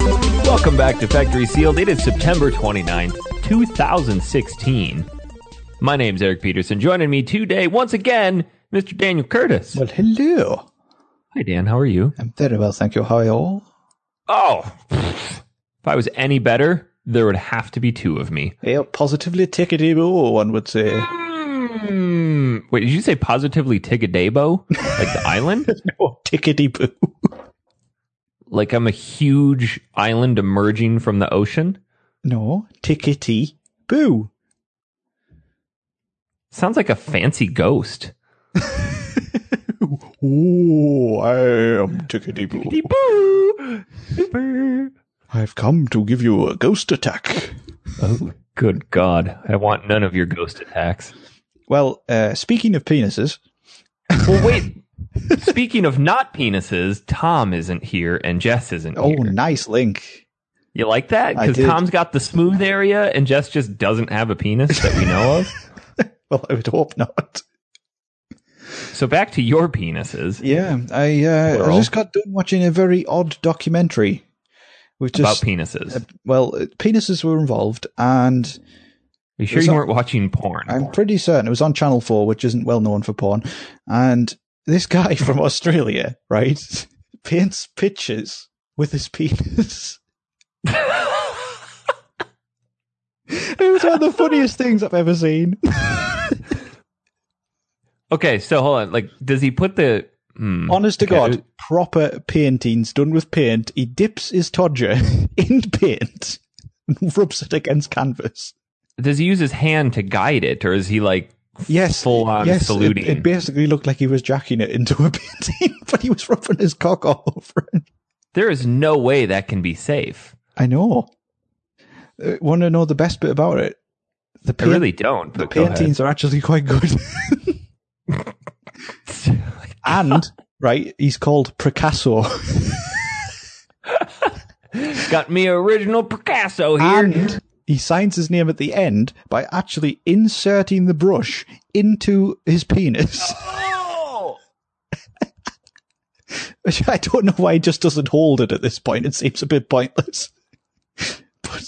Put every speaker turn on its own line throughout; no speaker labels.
Welcome back to Factory Sealed. It is September 29th, 2016. My name's Eric Peterson. Joining me today, once again, Mr. Daniel Curtis.
Well, hello.
Hi, Dan. How are you?
I'm very well, thank you. How are you all?
Oh, if I was any better, there would have to be two of me.
Yeah, positively tickety-boo, one would say.
Mm, wait, did you say positively Tigadabo? Like the island?
no, Oh, tickety-boo.
Like I'm a huge island emerging from the ocean?
No, tickety-boo.
Sounds like a fancy ghost.
Ooh, I am tickety-boo.
Boo.
I've come to give you a ghost attack.
Oh, good God. I want none of your ghost attacks.
Well, uh, speaking of penises,
Well, wait. Speaking of not penises, Tom isn't here and Jess isn't
oh,
here.
nice link.
You like that?
I
Because
did.
Tom's got the smooth area and Jess just doesn't have a penis that we know of.
Well, I would hope not.
So back to your penises.
Yeah, I, uh, I
Plural.
just got done watching a very odd documentary. Which just, uh,
about penises. Are
well, penises were involved, and
you sure
there's
you
a-
weren't watching porn?
I'm pretty certain it was on Channel 4, which isn't well known for porn. And this guy from Australia, right, paints pictures with his penis. It was one of the funniest things I've ever seen.
okay, so hold on. Like, does he put the hmm,
Honest to
okay,
God, proper paintings done with paint. He dips his todger in paint and rubs it against canvas.
Does he use his hand to guide it, or is he like
Yes.
full on
yes, it-
saluting?
It, basically looked like he was jacking it into a painting, but he was rubbing his cock all over it.
there is no way that can be safe.
I know. Want to know the best bit about it? The,
I
paint-
really don't.
the
But go ahead.
paintings are actually quite good. and, right, he's called Picasso.
got me original Picasso here.
and he signs his name at the end by actually inserting the brush into his penis,
Oh!
which I don't know why he just doesn't hold it at this point. It seems a bit pointless. but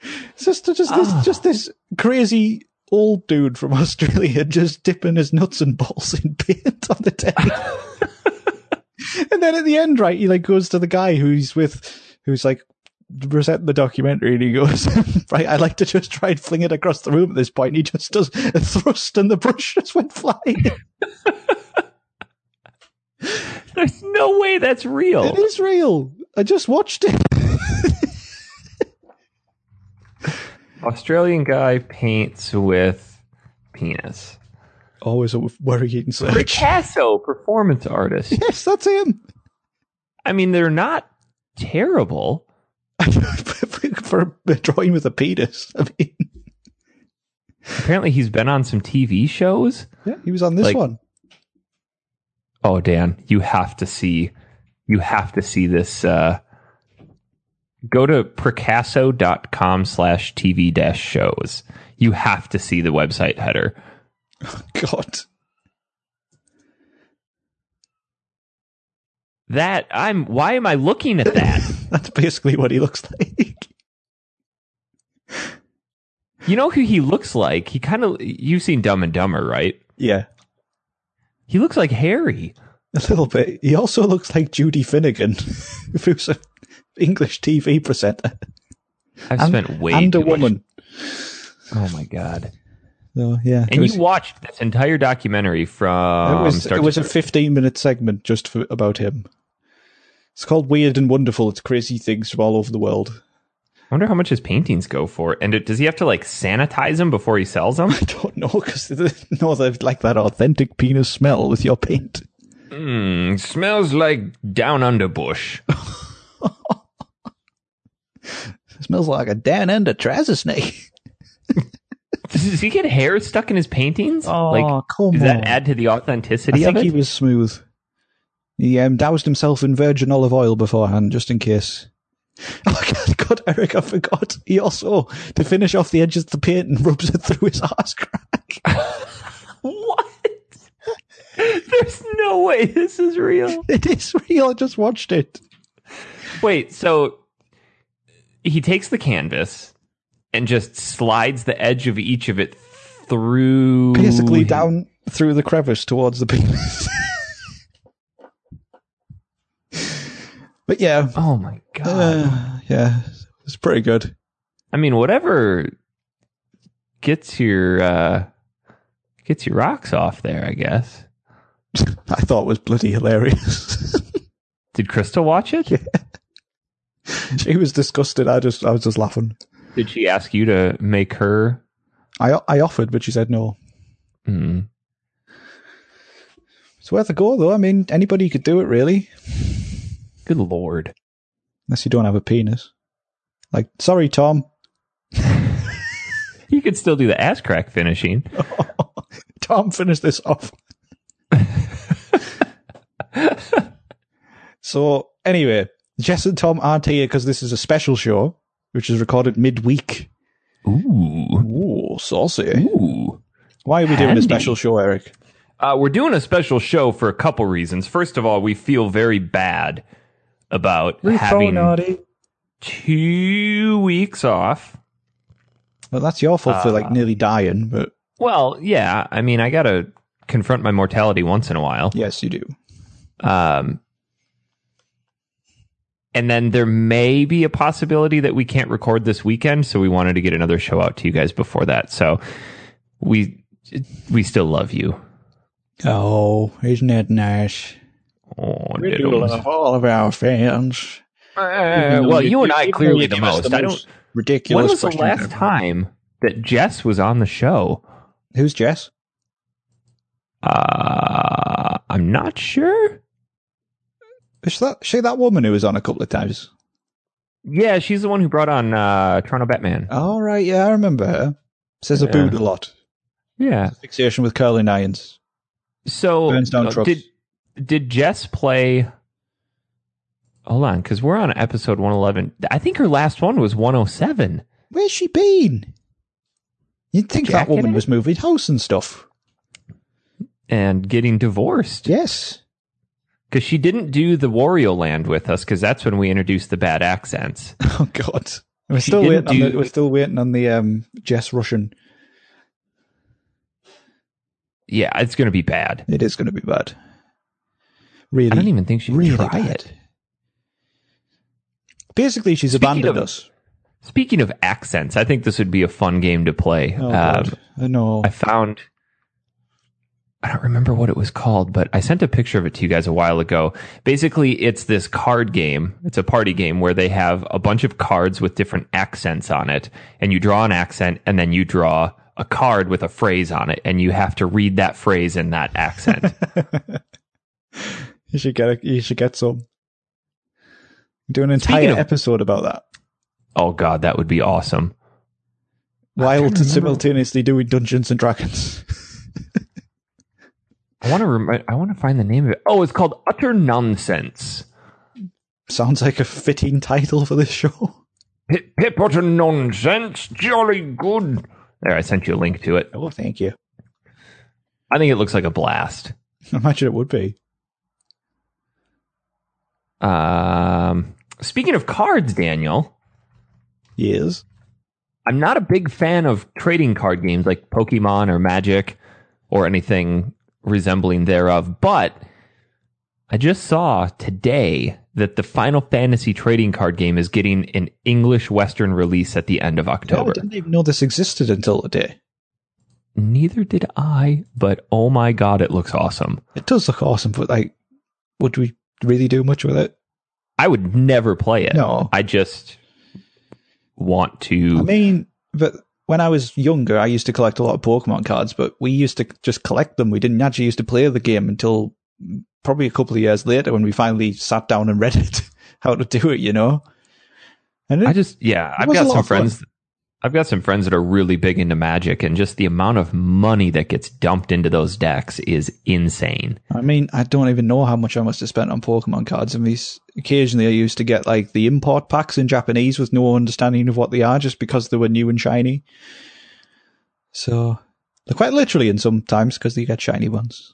it's just, just,
Ah.
this, just this crazy old dude from Australia just dipping his nuts and balls in paint on the table. and then at the end, right, he like goes to the guy who's with, who's like presenting the documentary, and he goes, "Right, I like to just try and fling it across the room at this point." And he just does a thrust, and the brush just went flying.
There's no way that's real.
It is real. I just watched it.
Australian guy paints with penis.
Always a worrying search.
Picasso, performance artist.
yes, that's him.
I mean, they're not terrible.
For a drawing with a penis. I mean,
Apparently, he's been on some TV shows.
yeah, he was on this
Like-
one.
Oh, Dan, you have to see, you have to see this. Uh, go to Picasso.com slash TV dash shows. You have to see the website header.
God.
That I'm. Why am I looking at that?
That's basically what he looks like.
you know who he looks like? He kind of. You've seen Dumb and Dumber, right?
Yeah,
He looks like Harry.
a little bit. He also looks like Judy Finnegan, who's an English TV presenter
I've
And-
spent way
and a
too much-
woman.
Oh my god!
So Oh, yeah,
And
it was,
you um, watched this entire documentary from
it was,
start
it
to
was a fifteen-minute segment just for, about him. It's called Weird and Wonderful. It's crazy things from all over the world.
I wonder how much his paintings go for. And it, does he have to like sanitize them before he sells them?
I don't know because no, they've like that authentic penis smell with your paint.
mm, smells like down under bush.
It smells like a down end of trouser snake.
does he get hair stuck in his paintings?
Oh,
like,
come
does that
on.
add to the
I
authenticity of
think
it?
he was smooth. He um, doused himself in virgin olive oil beforehand, just in case. Oh God, God, Eric, I forgot. He also, to finish off the edges of the paint, and rubs it through his arse crack.
what? There's no way this is real.
It is real. I just watched it.
Wait, so he takes the canvas and just slides the edge of each of it through
Basically,
his-
down through the crevice towards the penis. but yeah,
Oh my god.
uh, yeah, it's pretty good.
I mean, whatever gets your uh gets your rocks off there, I guess.
I thought it was bloody hilarious.
Did Crystal watch it?
she was disgusted. I just, I was just laughing.
Did she ask you to make her?
I, I offered, but she said no.
Hmm.
It's worth a go, though. I mean, anybody could do it, really,
Good lord.
unless you don't have a penis. Like, sorry, Tom.
You could still do the ass crack finishing.
Tom, finish this off. so, anyway, Jess and Tom aren't here because this is a special show, which is recorded midweek.
Ooh.
Ooh, saucy.
Ooh.
Why are we doing
Handy.
a special show, Eric?
Uh, we're doing a special show for a couple reasons. First of all, we feel very bad about having two weeks off.
Well, that's your fault for
Ah.
like nearly dying, but
Well, yeah. I mean, I gotta confront my mortality once in a while.
yes, you do.
Um, and then there may be a possibility that we can't record this weekend, so we wanted to get another show out to you guys before that. So we we still love you.
Oh, isn't it nice?
Oh,
We do
diddles.
love all of our fans.
Uh, well, you and I clearly the most. I don't.
ridiculous.
When was the
question
last
ever.
time that Jess was on the show?
Who's Jess?
Uh, I'm not sure.
Is that she that woman who was on a couple of times?
Yeah, she's the one who brought on uh, Toronto Batman.
All right, yeah, I remember her. Says a
Yeah.
boot a lot.
Yeah.
Fixation with curling irons.
So
Burns down
uh,
trucks.
did did Jess play? Hold on, because we're on episode one eleven. I think her last one was one oh seven.
Where's she been? You'd think that
Jacking
woman
it?
was moving house and stuff.
And getting divorced
Yes.
because she didn't do the Wario Land with us because that's when we introduced the bad accents.
Oh God. We're
She
still
didn't
waiting. on
do-
the, we're still waiting on the um, Jess Russian.
Yeah, it's gonna be bad.
It is going to be bad. Really,
I don't even think she
really
really tried
bad.
it.
Basically, she's
Speaking
abandoned
of-
us.
Speaking of accents, I think this would be a fun game to play.
Oh,
Um,
God. I know.
I found I don't remember what it was called, but I sent a picture of it to you guys a while ago. Basically, it's this card game. It's a party game where they have a bunch of cards with different accents on it, and you draw an accent and then you draw a card with a phrase on it and you have to read that phrase in that accent.
You should get. A, you should get some. Do an
Speaking
entire
of-
episode about that.
oh god, that would be awesome.
While
remember.
simultaneously doing Dungeons and Dragons.
I want to rem- I want to find the name of it. Oh, it's called Utter Nonsense.
Sounds like a fitting title for this show.
Pip, pip utter nonsense. Jolly good. There, I sent you a link to it.
Oh, thank you.
I think it looks like a blast.
I imagine it would be.
Um, speaking of cards, Daniel,
Years.
I'm not a big fan of trading card games like Pokemon or Magic or anything resembling thereof, but I just saw today that the Final Fantasy trading card game is getting an English Western release at the end of
No, I
October.
didn't even know this existed until today.
Neither did I, but oh my god, it looks awesome.
It does look awesome, but like, would we really do much with it?
I would never play it.
No.
I just want to
I mean, but when I was younger, I used to collect a lot of Pokemon cards, but we used to just collect them. We didn't actually used to play the game until probably a couple of years later when we finally sat down and read it, how to do it, you know? And it,
I just yeah, I've
was a
got
lot
some
of fun.
friends. I've got some friends that are really big into magic, and just the amount of money that gets dumped into those decks is insane.
I mean, I don't even know how much I must have spent on Pokemon cards. I mean, s- occasionally I used to get like the import packs in Japanese with no understanding of what they are just because they were new and shiny. So they're quite literally in sometimes because you get shiny ones.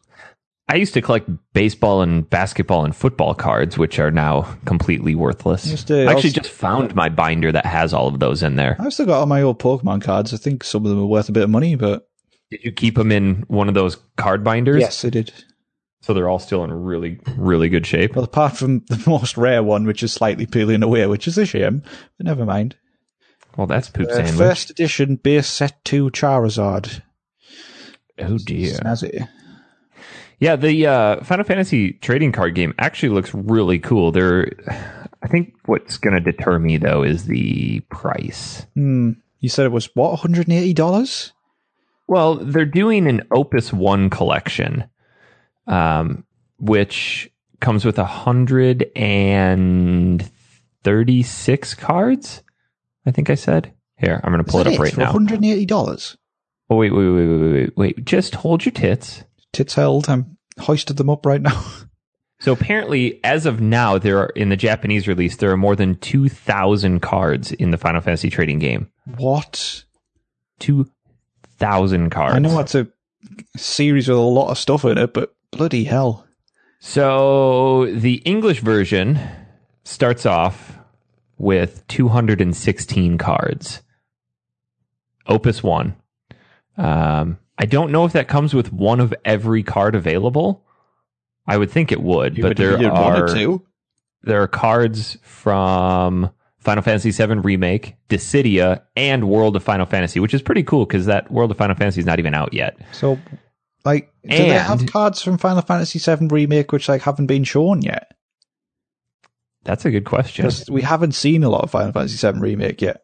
I used to collect baseball and basketball and football cards, which are now completely worthless.
Used to
I actually
also-
just found my binder that has all of those in there.
I've still got all my old Pokemon cards. I think some of them are worth a bit of money, but
Did you keep them in one of those card binders?
yes, I did.
So they're all still in really, really good shape.
Well, apart from the most rare one, which is slightly peeling away, which is a shame, but never mind.
Well, that's poop
Uh,
sandwich.
first edition base set two Charizard.
oh dear.
Snazzy.
Yeah, the uh, Final Fantasy trading card game actually looks really cool. There, I think what's going to deter me though is the price.
Hmm. You said it was what, one hundred and eighty dollars?
Well, they're doing an Opus One collection, um, which comes with a hundred and thirty-six cards. I think I said. Here, I'm going to pull it up right
One
now.
hundred and eighty dollars.
Oh wait, wait, wait, wait, wait, wait, wait! Just hold your tits.
Tits held. I'm hoisted them up right now.
So apparently, as of now, there are in the Japanese release there are more than two thousand cards in the Final Fantasy trading game.
what?
Two thousand cards.
I know that's a series with a lot of stuff in it, but bloody hell!
So the English version starts off with two hundred and sixteen cards. Opus one. Um, I don't know if that comes with one of every card available. I would think it would, but there are there are cards from Final Fantasy VII Remake, Dissidia, and World of Final Fantasy, which is pretty cool because that World of Final Fantasy is not even out yet.
So, like, do they have
And-
cards from Final Fantasy VII remake which like haven't been shown yet?
That's a good question.
Because we haven't seen a lot of Final Fantasy VII remake yet.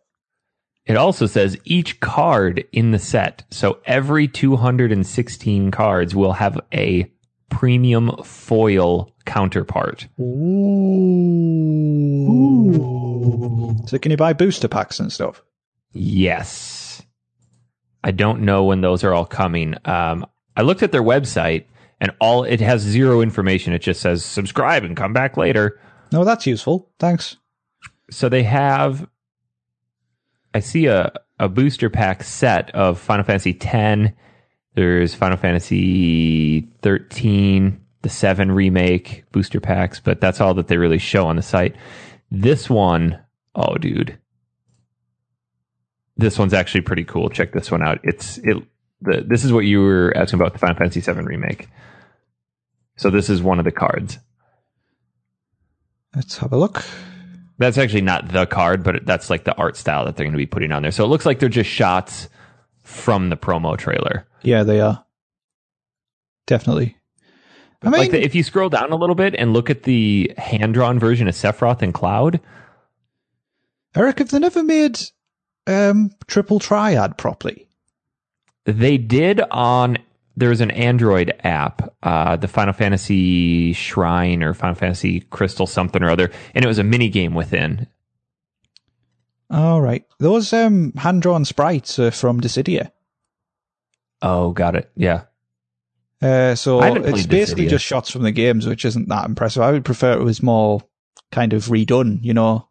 It also says each card in the set, so every 216 cards will have a premium foil counterpart.
So, can you buy booster packs and stuff?
Yes. I don't know when those are all coming. Um, I looked at their website and all it has zero information. It just says subscribe and come back later.
No, that's useful. Thanks.
So they have I see a, a booster pack set of Final Fantasy ten. There's Final Fantasy thirteen, the seven remake booster packs, but that's all that they really show on the site. This one, oh dude. This one's actually pretty cool. Check this one out. It's it the this is what you were asking about the Final Fantasy VII remake. So this is one of the cards.
Let's have a look.
That's actually not the card, but that's like the art style that they're going to be putting on there. So it looks like they're just shots from the promo trailer.
Yeah, they are. Definitely. I mean,
like the, if you scroll down a little bit and look at the hand drawn version of Sephiroth and Cloud,
Eric, have they never made um, Triple Triad properly?
they did on there's an Android app, uh, the Final Fantasy Shrine or Final Fantasy Crystal something or other, and it was a mini game within.
All right. Those um, hand drawn sprites are from Dissidia.
Oh, got it. Yeah.
Uh, so
I haven't
it's
played
basically
Dissidia.
just shots from the games, which isn't that impressive. I would prefer it was more kind of redone, you know,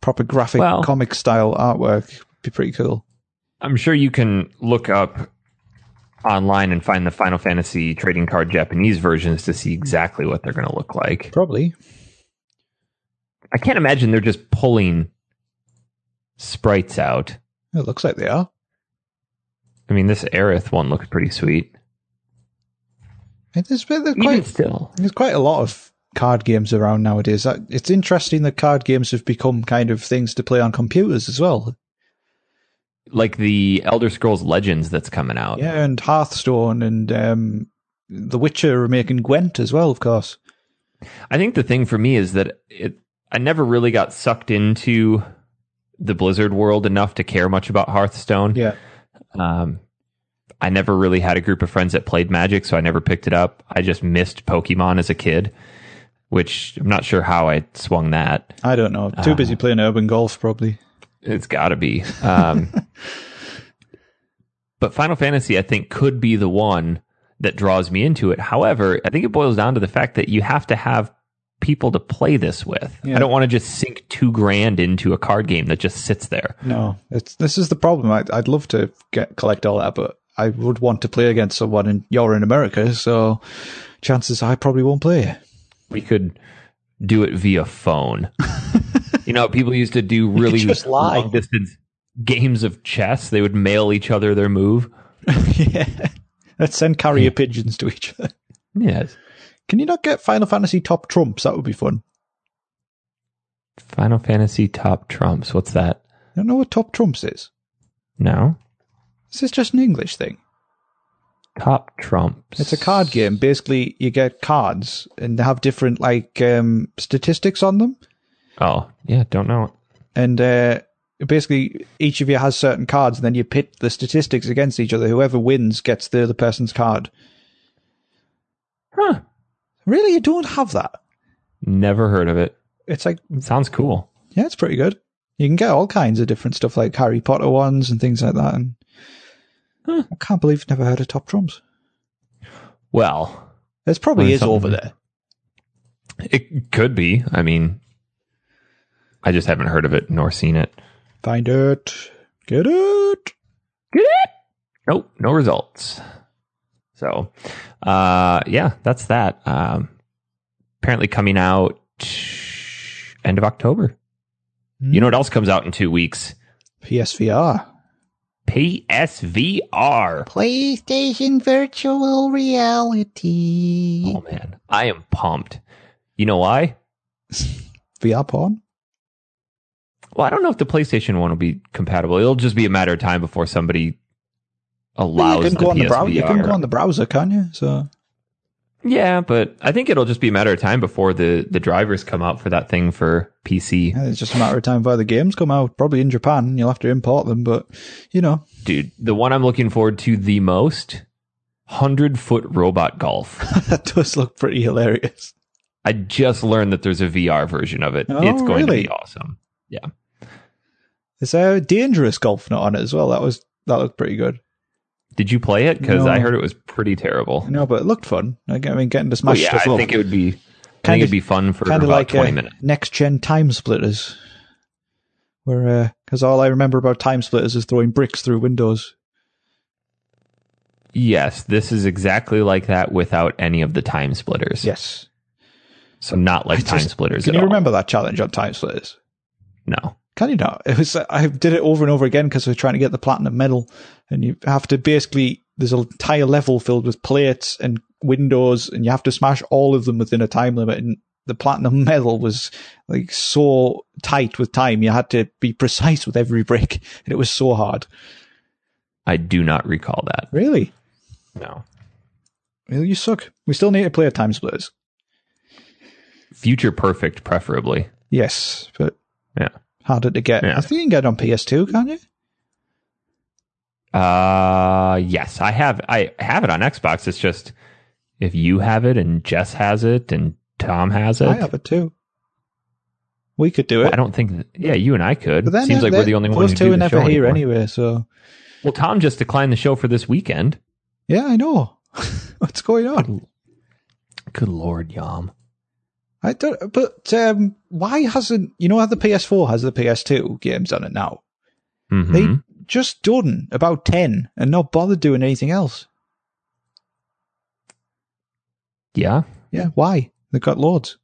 proper graphic
Well-
comic style artwork. Be pretty cool.
I'm sure you can look up online and find the Final Fantasy trading card Japanese versions to see exactly what they're going to look like.
Probably.
I can't imagine they're just pulling sprites out.
It looks like they are.
I mean, this Aerith one looks pretty sweet.
And There's, there's
Even
quite
still,
There's quite a lot of card games around nowadays. I- It's interesting that card games have become kind of things to play on computers as well.
like the Elder Scrolls Legends that's coming out.
Yeah, and Hearthstone and um, The Witcher are making Gwent as well, of course.
I think the thing for me is that it, I never really got sucked into the Blizzard world enough to care much about Hearthstone.
Yeah.
Um, I never really had a group of friends that played Magic, so I never picked it up. I just missed Pokemon as a kid, which I'm not sure how I swung that.
I don't know.
Ah.
Too busy playing urban golf, probably.
It's got to be. Um, but Final Fantasy, I think, could be the one that draws me into it. However, I think it boils down to the fact that you have to have people to play this with.
Yeah.
I don't want to just sink two grand into a card game that just sits there.
No, it's this is the problem. I, I'd love to get collect all that, but I would want to play against someone, and you're in America, so chances I probably won't play.
We could do it via phone. you know, people used to do really
just lie.
long distance games of chess. They would mail each other their move.
yeah. Let's send carrier pigeons to each other.
Yes.
Can you not get Final Fantasy top trumps? That would be fun.
Final Fantasy top trumps. What's that?
I don't know what top trumps is.
No.
This is just an English thing.
Top trumps.
It's a card game. Basically, you get cards and they have different like um, statistics on them,
Oh, yeah, don't know it.
and uh, basically each of you has certain cards, and then you pit the statistics against each other. Whoever wins gets the other person's card.
Huh.
Really, you don't have that.
Never heard of it.
It's like
Sounds cool.
yeah, it's pretty good. You can get all kinds of different stuff like Harry Potter ones and things like that. And
Huh.
I can't believe I've never heard of Top Trumps.
Well,
There's probably
Learn
is
something.
over there.
it could be. I mean, I just haven't heard of it nor seen it.
Find it, get it.
Nope, no results. So, uh, yeah, that's that. Um, apparently coming out end of October. You know what else comes out in two weeks?
PSVR.
PSVR.
PlayStation Virtual Reality.
Oh man, I am pumped. You know why?
VR porn?
Well, I don't know if the PlayStation One will be compatible. It'll just be a matter of time before somebody allows
you can
the
go on the
PSVR.
browser. You can go on the browser, can you? So
yeah, but I think it'll just be a matter of time before the the drivers come out for that thing for PC.
yeah, it's just a matter of time before the games come out. Probably in Japan, you'll have to import them. But you know,
Dude, the one I'm looking forward to the most, hundred foot robot golf.
that does look pretty hilarious.
I just learned that there's a VR version of it.
Oh,
it's going to
really?
be awesome.
It's a dangerous golf not on it as well. That was that looked pretty good.
Did you play it? Because
No.
I heard it was pretty terrible.
No, but it looked fun. Like, I mean, getting to
Oh,
smash
yeah,
stuff
I
up,
think it would be. I
Kind
think
of-
it'd be fun for
kind
about
of like
twenty
uh,
minutes.
next gen time splitters. Where because all I remember about time splitters is throwing bricks through windows.
Yes, this is exactly like that without any of the time splitters.
Yes.
So not like
I
time
just-
splitters
Can
at
you
all.
remember that challenge on Time Splitters?
No.
Can you not? It was I did it over and over again because we're trying to get the platinum medal, and you have to basically there's an entire level filled with plates and windows, and you have to smash all of them within a time limit. And the platinum medal was like so tight with time, you had to be precise with every brick, and it was so hard.
I do not recall that.
Really,
No.
well, you suck. We still need to play a Time Splitters.
Future perfect preferably.
Yes, but
Yeah.
harder to get.
Yeah.
I think you can get it on PS2, can't you?
Uh yes, I have I have it on Xbox. It's just if you have it and Jess has it and Tom has it.
I have it too. We could do it.
Well, I don't think that, yeah, you and I could.
But then uh,
Seems like
they-
we're the only
those
ones who
two
do
are
the
never
show
here
anymore.
anyway. So
Well, Tom just declined the show for this weekend.
yeah, I know what's going on.
Good lord, Yom.
I don't. But um, why hasn't you know how the PS4 has the PS2 games on it now?
Mhm.
They just done about ten and not bothered doing anything else.
yeah,
Yeah, why? They've got loads.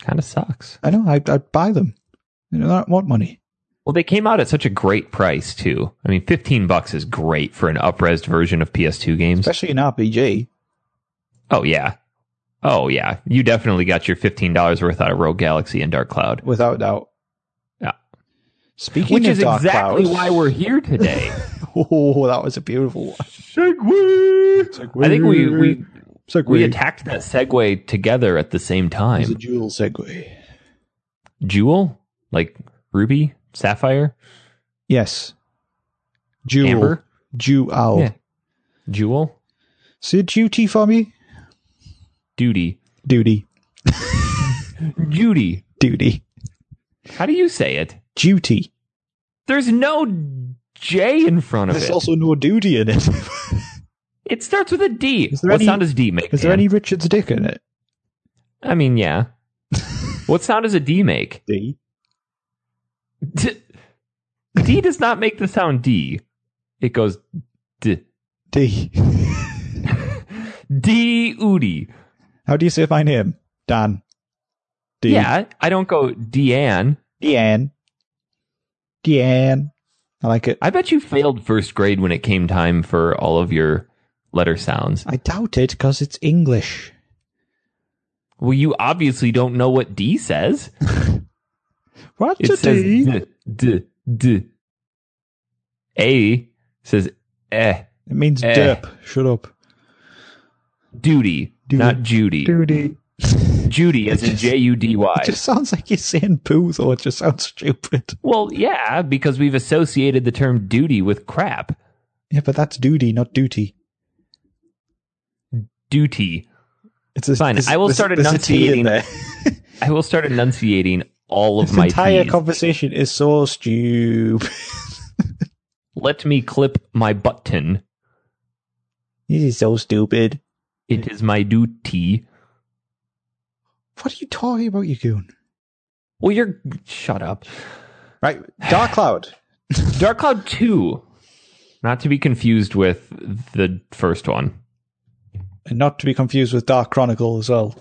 kind of sucks.
I know. I'd, I'd buy them. You know, I don't want money.
Well, they came out at such a great price too. I mean, fifteen bucks is great for an upresed version of PS2 games.
Especially in RPG.
Oh yeah, oh yeah. You definitely got your fifteen dollars worth out of Rogue Galaxy and Dark Cloud,
Without doubt.
Yeah.
Speaking
which
of
is
Dark
exactly
Clouds-
why we're here today.
Oh, that was a beautiful one.
I think we we
Segue.
we attacked that segue together at the same
It was a
time.
dual segue.
Jewel, like ruby, sapphire,
Yes. Jewel. Oh.
amber,
Jewel.
Yeah. jewel,
Say duty for me.
duty,
Duty.
Judy.
Duty.
How do you say it?
Duty.
There's no J in front of
There's
it.
also no duty in it.
It starts with a D.
Is there
What
any-
sound does D make?
Is there
Dan?
any Richard's dick in it?
I mean, yeah. what sound does a D make?
D.
D, D does not make the sound D. It goes D.
D.
D. Udi.
How do you say my name? Dan. D.
Yeah, I don't go Deanne.
Deanne. Deanne. I like it.
I bet you failed first grade when it came time for all of your letter sounds.
I doubt it because it's English.
Well, you obviously don't know what D says.
What's
It
a
says
D?
D, D, D. A says eh,
It means
Eh.
derp. Shut up.
duty,
Duty.
not Judy.
Duty.
Judy as in J U D Y.
It just sounds like you're saying poo, though. It just sounds stupid.
Well, yeah, because we've associated the term duty with crap.
Yeah, but that's duty, not duty.
Duty.
It's a,
Fine,
there's-
I will
there's-
start
there's a T in
enunciating
there.
I will start enunciating all of
This
my
entire
Ts.
conversation is so stupid.
Let me clip my button.
this is so stupid.
It is my duty.
What are you talking about, you goon?
Well, you're shut up.
Right, Dark Cloud.
Dark Cloud 2. Not to be confused with the first one,
And not to be confused with Dark Chronicle as well.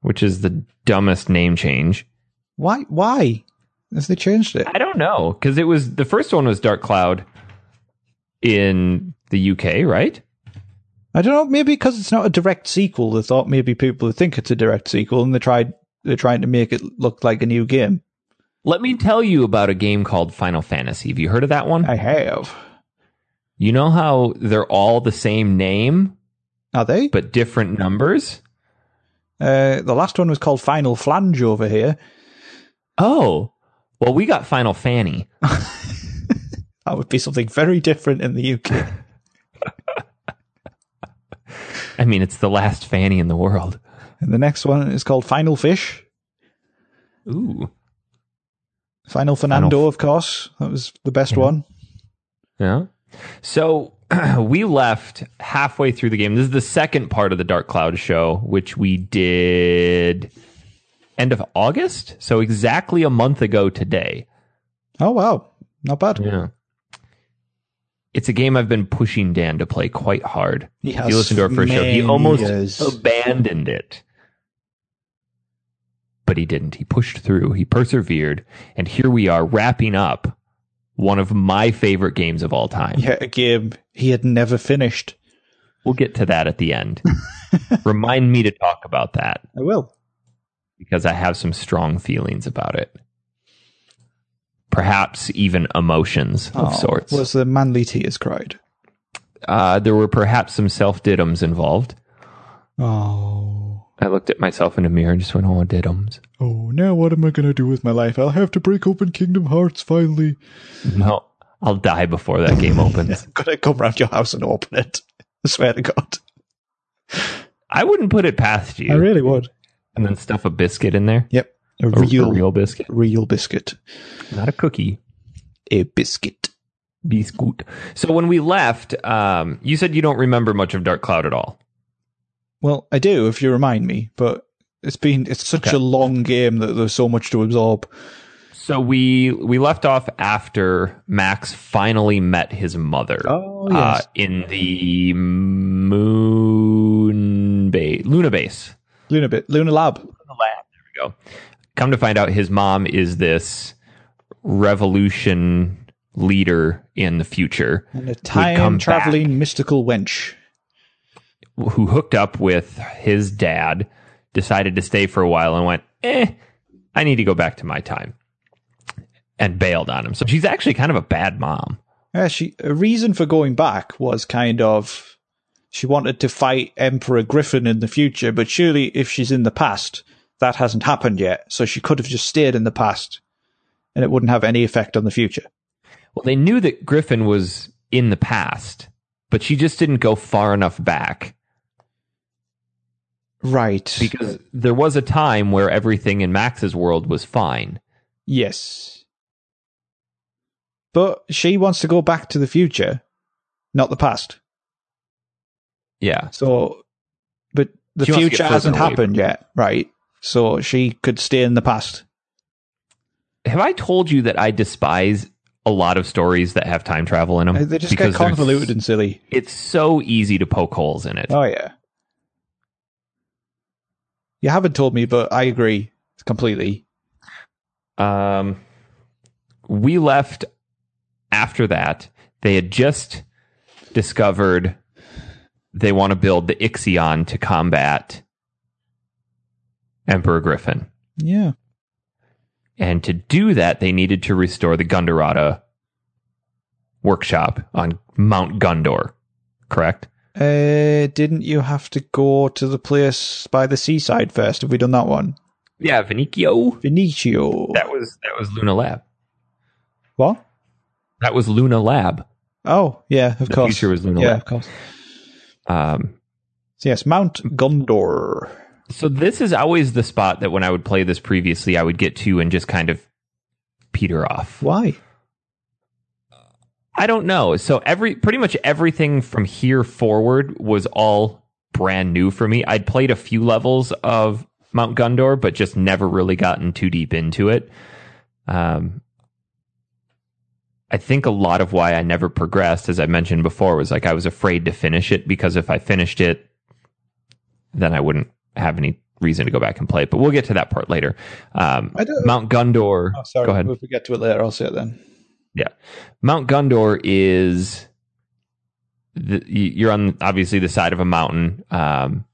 which is the dumbest name change.
Why? Why? Have they changed it?
I don't know cuz it was the first one was Dark Cloud in the UK, right?
I don't know. Maybe because it's not a direct sequel, they thought maybe people would think it's a direct sequel, and they tried. They're trying to make it look like a new game.
Let me tell you about a game called Final Fantasy. Have you heard of that one?
I have.
You know how they're all the same name
Are they?
but different numbers?
Uh, the last one was called Final Flange over here.
Oh. Well, we got Final Fanny.
That would be something very different in the UK.
I mean, it's the last Fanny in the world.
and the next one is called Final Fish.
Ooh.
Final Fernando, of course. That was the best one.
Yeah. So we left halfway through the game. This is the second part of the Dark Cloud show, which we did end of August. So exactly a month ago today.
Oh wow, not bad.
Yeah. It's a game I've been pushing Dan to play quite hard.
He
If you listen to our first show, he
many
almost
years.
abandoned it. But he didn't. He pushed through, he persevered, and here we are wrapping up one of my favorite games of all time.
yeah a game he had never finished.
We'll get to that at the end. Remind me to talk about that
I will.
because I have some strong feelings about it. Perhaps even emotions of
Oh,
sorts.
Was the manly tears cried?
uh, there were perhaps some self diddums involved.
Oh,
I looked at myself in the mirror and just went, oh, diddums.
oh. Now what am I gonna do with my life? I'll have to break open Kingdom Hearts finally.
No, I'll die before that game opens.
I'm gonna come round your house and open it. I swear to God.
I wouldn't put it past you.
I Oh, really would.
and then stuff a biscuit in there.
Yep. A
A, a
real, real,
real biscuit,
biscuit.
not a cookie.
A biscuit.
Biscuit. So when we left, um, you said you don't remember much of Dark Cloud at all.
Well, I do if you remind me, but it's been it's such
Okay.
a long game that there's so much to absorb.
So we we left off after Max finally met his mother
Oh
uh, in the moon base, Luna base.
Luna bit Luna Lab.
the lab. There we go. Come to find out, his mom is this revolution leader in the future
And a
come
time
back.
traveling mystical wench.
who hooked up with his dad, decided to stay for a while, and went, eh, I need to go back to my time, and bailed on him. So she's actually kind of a bad mom.
Yeah, she a reason for going back was kind of she wanted to fight Emperor Griffin in the future, but surely if she's in the past, that hasn't happened yet. So she could have just stayed in the past and it wouldn't have any effect on the future.
Well, they knew that Griffin was in the past, but she just didn't go far enough back.
Right.
because there was a time where everything in Max's world was fine.
yes. But she wants to go back to the future, not the past.
Yeah.
So but the
She wants to get
future
further
hasn't
away from
happened yet, right? So she could stay in the past.
Have I told you that I despise a lot of stories that have time travel in them.
Uh, They just get convoluted and silly.
It's so easy to poke holes in it.
Oh yeah. You haven't told me, but I agree completely.
Um, we left after that. They had just discovered they want to build the Ixion to combat Emperor Griffin.
Yeah.
And to do that, they needed to restore the Gundorada workshop on Mount Gundor, correct?
Uh, didn't you have to go to the place by the seaside first? Have we done that one?
Yeah, Vinicio.
Vinicio.
That was that was Luna Lab.
What?
That was Luna Lab.
Oh, yeah, of
The
course.
future was Luna
yeah,
Lab.
of course.
Um,
So yes, Mount Gondor.
So this is always the spot that when I would play this previously, I would get to and just kind of peter off.
Why?
I don't know. So every pretty much everything from here forward was all brand new for me. I'd played a few levels of Mount Gundor, but just never really gotten too deep into it. Um, I think a lot of why I never progressed, as I mentioned before, was like I was afraid to finish it because if I finished it, then I wouldn't have any reason to go back and play it. But we'll get to that part later. Um,
I don't-
Mount Gundor.
Oh, sorry.
Go ahead.
If we get to it later, I'll say it then.
Yeah, Mount Gondor is the, y- you're on obviously the side of a mountain. Um,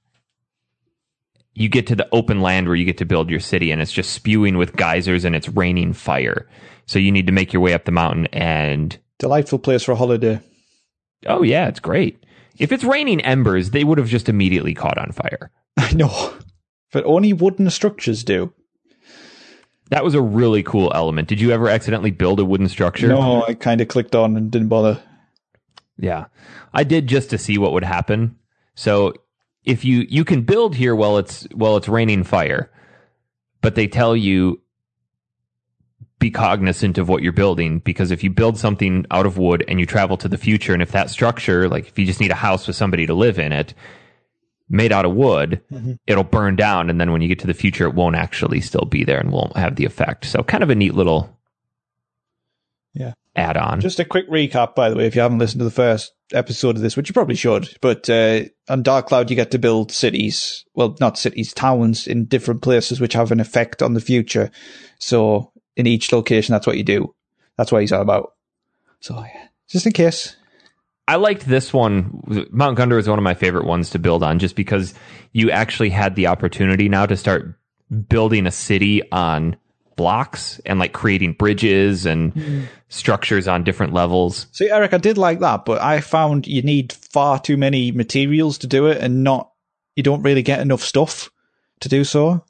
you get to the open land where you get to build your city, and it's just spewing with geysers and it's raining fire. So you need to make your way up the mountain, and
Delightful place for a holiday.
oh yeah, it's great. If it's raining embers, they would have just immediately caught on fire.
I know, but only wooden structures do.
That was a really cool element. Did you ever accidentally build a wooden structure?
No, I kind of clicked on and didn't bother.
Yeah. I did just to see what would happen. So if you you can build here while it's while it's raining fire, but they tell you be cognizant of what you're building because if you build something out of wood and you travel to the future and if that structure like if you just need a house with somebody to live in it made out of wood
Mhm.
it'll burn down and then when you get to the future it won't actually still be there and won't have the effect so kind of a neat little
Yeah.
add on
Just a quick recap, by the way, if you haven't listened to the first episode of this, which you probably should. But uh, on Dark Cloud, you get to build cities. Well, not cities, towns in different places, which have an effect on the future. So in each location, that's what you do. That's what he's all about. So yeah, just in case.
I liked this one. Mount Gundor is one of my favorite ones to build on just because you actually had the opportunity now to start building a city on blocks and like creating bridges and
Hmm.
structures on different levels.
See, Eric, I did like that, but I found you need far too many materials to do it, and not you don't really get enough stuff to do so.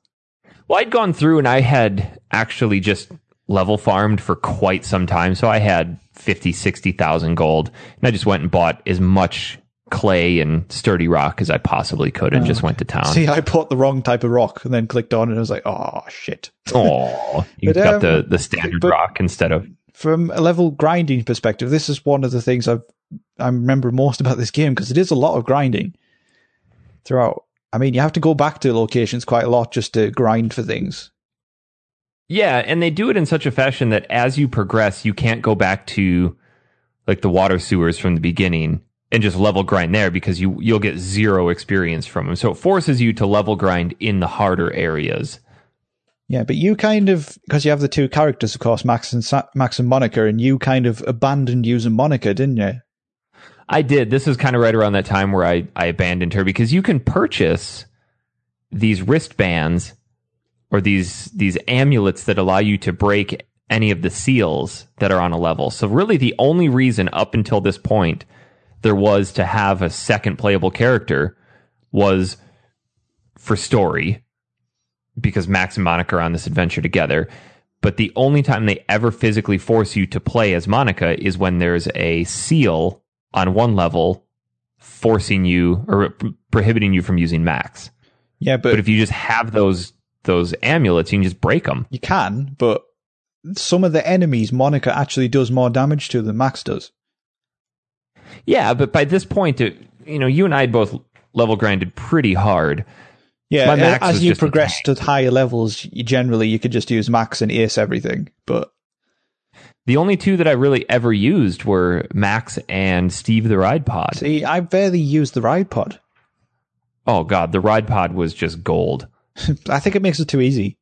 Well, I'd gone through and I had actually just level farmed for quite some time. So I had 50, 60,000 gold and I just went and bought as much clay and sturdy rock as I possibly could and just went to town.
Oh. See, I bought the wrong type of rock and then clicked on, and I was like, "Oh shit!"
Oh, you
But,
got
um,
the, the standard
but-
rock instead of
From a level grinding perspective, this is one of the things I've I remember most about this game because it is a lot of grinding throughout. I mean, you have to go back to locations quite a lot just to grind for things.
Yeah, and they do it in such a fashion that as you progress, you can't go back to like the water sewers from the beginning and just level grind there because you you'll get zero experience from them. So it forces you to level grind in the harder areas.
Yeah, but you kind of because you have the two characters, of course, Max and Sa- Max and Monica, and you kind of abandoned using Monica, didn't you?
I did. This is kind of right around that time where I, I abandoned her because you can purchase these wristbands or these these amulets that allow you to break any of the seals that are on a level. So really the only reason up until this point there was to have a second playable character was for story because Max and Monica are on this adventure together. But the only time they ever physically force you to play as Monica is when there's a seal on one level forcing you or pro- prohibiting you from using Max.
Yeah, but,
But if you just have those those amulets, you can just break them.
you can. But some of the enemies, Monica actually does more damage to than Max does.
Yeah, but by this point, it, you know, you and I had both level grinded pretty hard.
Yeah,
My Max
as
was
you
just a
progress to higher levels, you generally you could just use Max and Ace everything. But
The only two that I really ever used were Max and Steve the Ride Pod.
See, I barely use the ride pod.
Oh god, the Ride Pod was just gold.
I think it makes it too easy.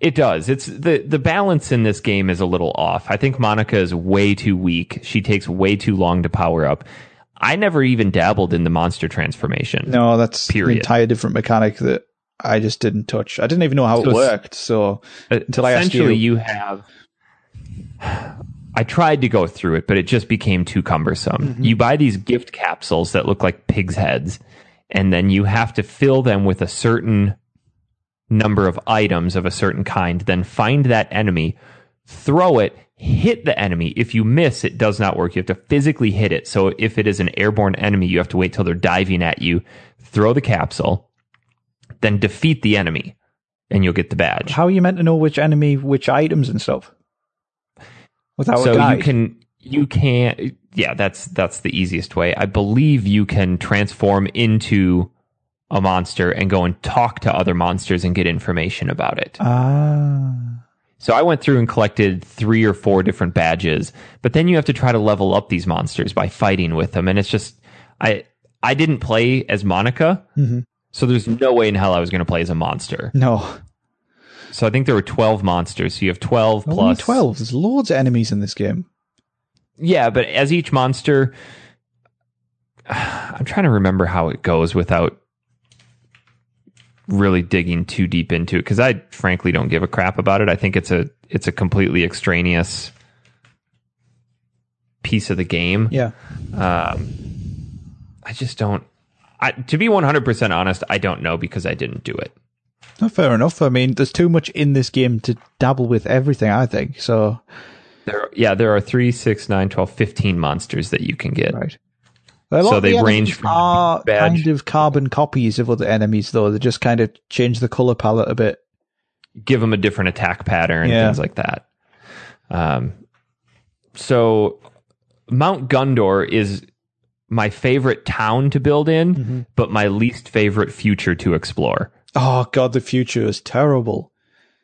It does. It's the the balance in this game is a little off. I think Monica is way too weak. She takes way too long to power up. I never even dabbled in the monster transformation.
No, that's an
Period.
entire different mechanic that I just didn't touch. I didn't even know how
So
it
it's-
worked. So Until I asked
essentially you. have I tried to go through it, but it just became too cumbersome.
Mm-hmm.
You buy these gift capsules that look like pigs' heads, and then you have to fill them with a certain number of items of a certain kind, then find that enemy, throw it, hit the enemy. If you miss, it does not work. You have to physically hit it. So if it is an airborne enemy, you have to wait till they're diving at you, throw the capsule, then defeat the enemy, and you'll get the badge.
how are you meant to know which enemy, which items and stuff? Without
so
a guide.
you can you can yeah that's that's the easiest way i believe you can transform into a monster and go and talk to other monsters and get information about it
Ah.
so i went through and collected three or four different badges but then you have to try to level up these monsters by fighting with them and it's just i i didn't play as monica
Mhm.
so there's no way in hell i was going to play as a monster
No.
so i think there were 12 monsters so you have 12
Only
plus
12. There's loads of enemies in this game.
yeah, but as each monster, I'm trying to remember how it goes without really digging too deep into it because I frankly don't give a crap about it. I think it's a it's a completely extraneous piece of the game.
Yeah.
I just don't. I, to be 100% honest, I don't know because I didn't do it.
No, fair enough. I mean, there's too much in this game to dabble with everything, I think. So,
There, yeah, there are three, six, nine, 12, 15 monsters that you can get.
right. A lot
So
of the
they
enemies
range from
are
badge-
kind of carbon copies of other enemies, though. They just kind of change the color palette a bit.
give them a different attack pattern,
Yeah.
things like that. Um, so Mount Gundor is my favorite town to build in,
Mm-hmm.
but my least favorite future to explore.
Oh god, the future is terrible.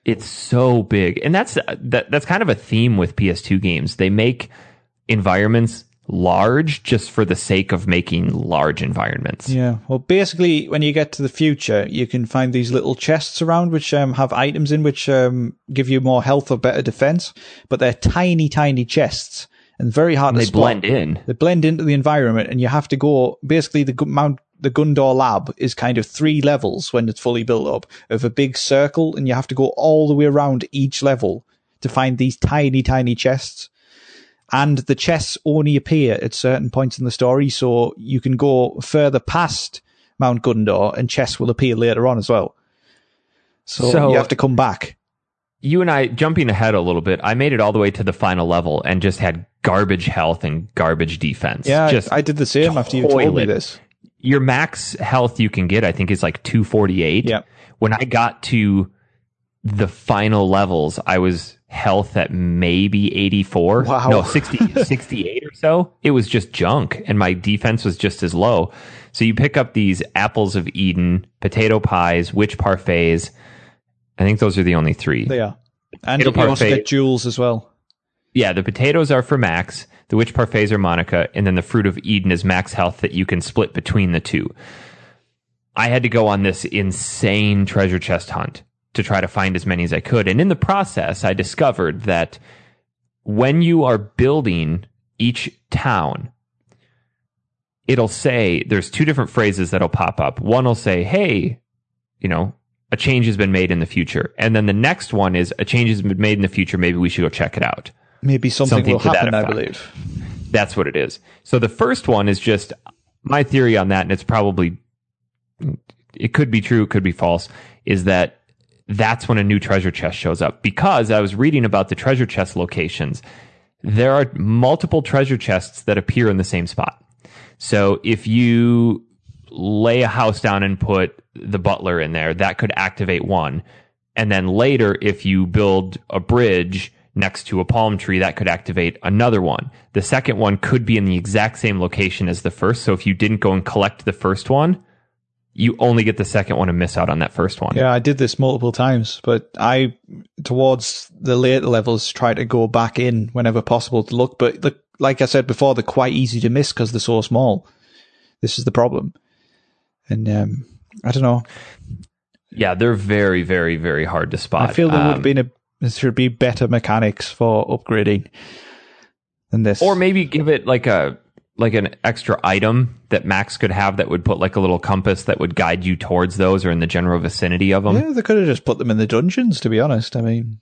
It's so big, and that's that, that's kind of a theme with PS2 games. They make environments large just for the sake of making large environments.
Yeah. Well, basically, when you get to the future, you can find these little chests around which um, have items in which um, give you more health or better defense, but they're tiny, tiny chests and very hard to
They
spot.
blend in.
They blend into the environment, and you have to go. Basically, the Gu- Mount the Gundor lab is kind of three levels when it's fully built up of a big circle, and you have to go all the way around each level to find these tiny, tiny chests. And the chests only appear at certain points in the story, so you can go further past Mount Gundor, and chests will appear later on as well. So,
So-
you have to come back.
you and I jumping ahead a little bit, I made it all the way to the final level and just had garbage health and garbage defense.
Yeah,
just
I did the same after you told me
toilet.
this.
your max health you can get, I think, is like 248.
Yep.
When I got to the final levels, I was health at maybe 84.
Wow.
No, 60, 68 or so. It was just junk, and my defense was just as low. So you pick up these apples of Eden, potato pies, witch parfaits. I think those are the only three.
They are, and you
It'll
also
parfait.
get jewels as well.
Yeah, the potatoes are for Max, the witch parfaits are Monica, and then the fruit of Eden is Max health that you can split between the two. I had to go on this insane treasure chest hunt to try to find as many as I could. And in the process, I discovered that when you are building each town, it'll say there's two different phrases that'll pop up. One will say, hey, you know, a change has been made in the future. And then the next one is a change has been made in the future. Maybe we should go check it out.
maybe something,
Something
will
to that
happen, I
effect.
believe.
That's what it is. So the first one is just my theory on that, and it's probably it could be true, it could be false, is that that's when a new treasure chest shows up. Because I was reading about the treasure chest locations. There are multiple treasure chests that appear in the same spot. So if you lay a house down and put the butler in there, that could activate one. And then later, if you build a bridge next to a palm tree, that could activate another one. The second one could be in the exact same location as the first. So if you didn't go and collect the first one, you only get the second one and miss out on that first one.
Yeah, I did this multiple times, but I, towards the later levels, try to go back in whenever possible to look. But the, like I said before, they're quite easy to miss because they're so small. This is the problem. And um, I don't know.
Yeah, they're very, very, very hard to spot.
I feel there would
Um,
have been a there should be better mechanics for upgrading than this.
or maybe give it like a like an extra item that Max could have that would put like a little compass that would guide you towards those or in the general vicinity of them.
yeah, they could have just put them in the dungeons. To be honest, I mean,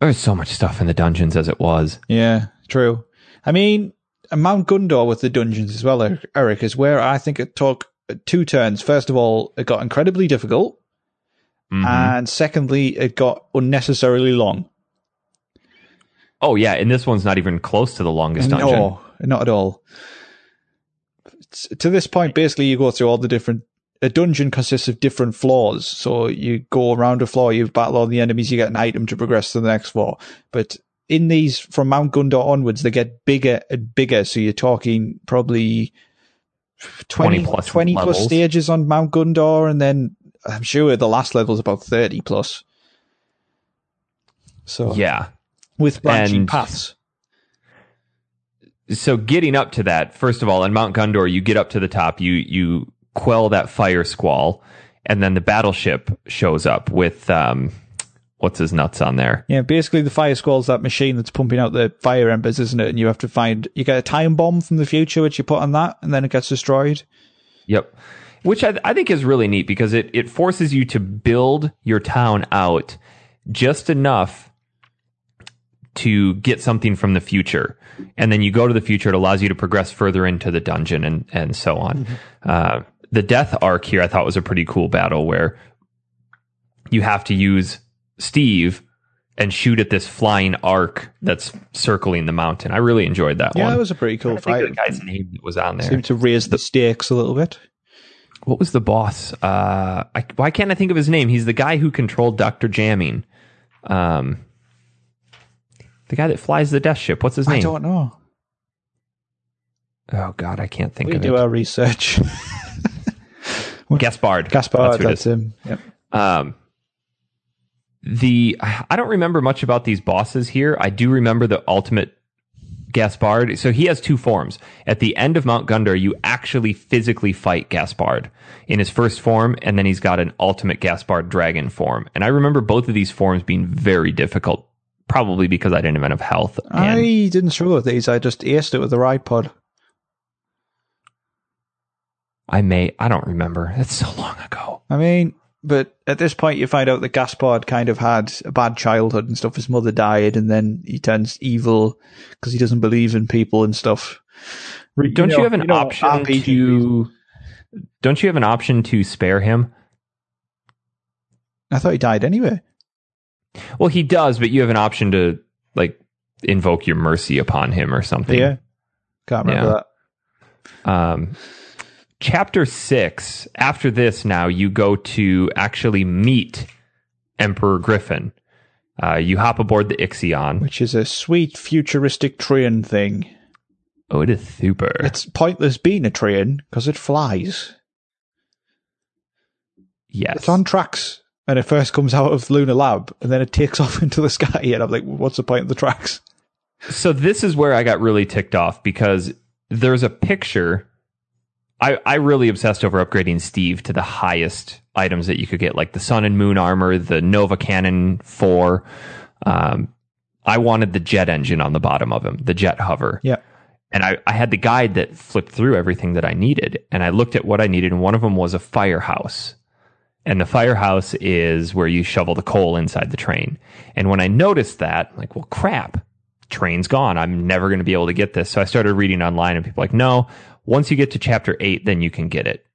There's so much stuff in the dungeons as it was.
yeah, true. I mean, and Mount Gundor with the dungeons as well, Eric- Eric, is where I think it took two turns. First of all, it got incredibly difficult,
Mhm.
and secondly, it got unnecessarily long.
oh yeah, and this one's not even close to the longest dungeon.
No, not at all. It's- to this point, basically, you go through all the different. A dungeon consists of different floors. So you go around a floor, you battle all the enemies, you get an item to progress to the next floor. But in these, from Mount Gundor onwards, they get bigger and bigger. So you're talking probably 20,
20 plus
20 plus
levels.
stages on Mount Gundor. And then I'm sure the last level is about 30 plus. So
Yeah.
with branching
and-
paths.
so getting up to that, first of all, in Mount Gundor, you get up to the top, you you quell that fire squall, and then the battleship shows up with um, what's his nuts on there?
Yeah, basically the fire squall's that machine that's pumping out the fire embers, isn't it? And you have to find you get a time bomb from the future which you put on that and then it gets destroyed.
Yep, which I, I think is really neat because it it forces you to build your town out just enough to get something from the future, and then you go to the future. It allows you to progress further into the dungeon and and so on.
Mm-hmm.
Uh, the death arc here, I thought, was a pretty cool battle where you have to use Steve and shoot at this flying arc that's circling the mountain. I really enjoyed that
Yeah,
one.
that was a pretty cool
I think
fight.
the guy's name that was on there.
Seemed to raise the stakes a little bit.
what was the boss? Uh, I, why can't I think of his name? He's the guy who controlled Doctor Jamming. Um, the guy that flies the death ship. What's his
I
name?
don't know.
Oh God, I can't think
We
of
do
it.
our research.
Gaspard.
Gaspar,
That's who it
that's
is.
him. Yep.
Um, the I don't remember much about these bosses here. I do remember the ultimate Gaspard. So he has two forms. At the end of Mount Gundor, you actually physically fight Gaspard in his first form, and then he's got an ultimate Gaspard dragon form. And I remember both of these forms being very difficult, probably because I didn't have enough health. And
I didn't struggle with these, I just aced it with the ride pod.
I may I don't remember. That's so long ago.
I mean, but at this point, you find out that Gaspard kind of had a bad childhood and stuff. His mother died, and then he turns evil because he doesn't believe in people and stuff. Re-
Don't you,
know-
have an
know,
option
RPG
to? Don't you have an option to spare him?
I thought he died anyway.
Well, he does, but you have an option to like invoke your mercy upon him or something.
Yeah. Can't remember
Yeah.
that.
Um, chapter six. After this, now you go to actually meet Emperor Griffin. Uh, you hop aboard the Ixion.
Which is a sweet futuristic train thing.
Oh, it is super.
It's pointless being a train because it flies.
yes.
It's on tracks. And it first comes out of Lunar Lab and then it takes off into the sky. And I'm like, what's the point of the tracks?
so this is where I got really ticked off because there's a picture. I, I really obsessed over upgrading Steve to the highest items that you could get, like the Sun and Moon armor, the Nova Cannon 4. Um, I wanted the jet engine on the bottom of him, the jet hover.
Yeah.
And I, I had the guide that flipped through everything that I needed. And I looked at what I needed, and one of them was a firehouse. And the firehouse is where you shovel the coal inside the train. And when I noticed that, I'm like, well, crap, train's gone. I'm never going to be able to get this. So I started reading online, and people were like, no, once you get to chapter eight, then you can get it.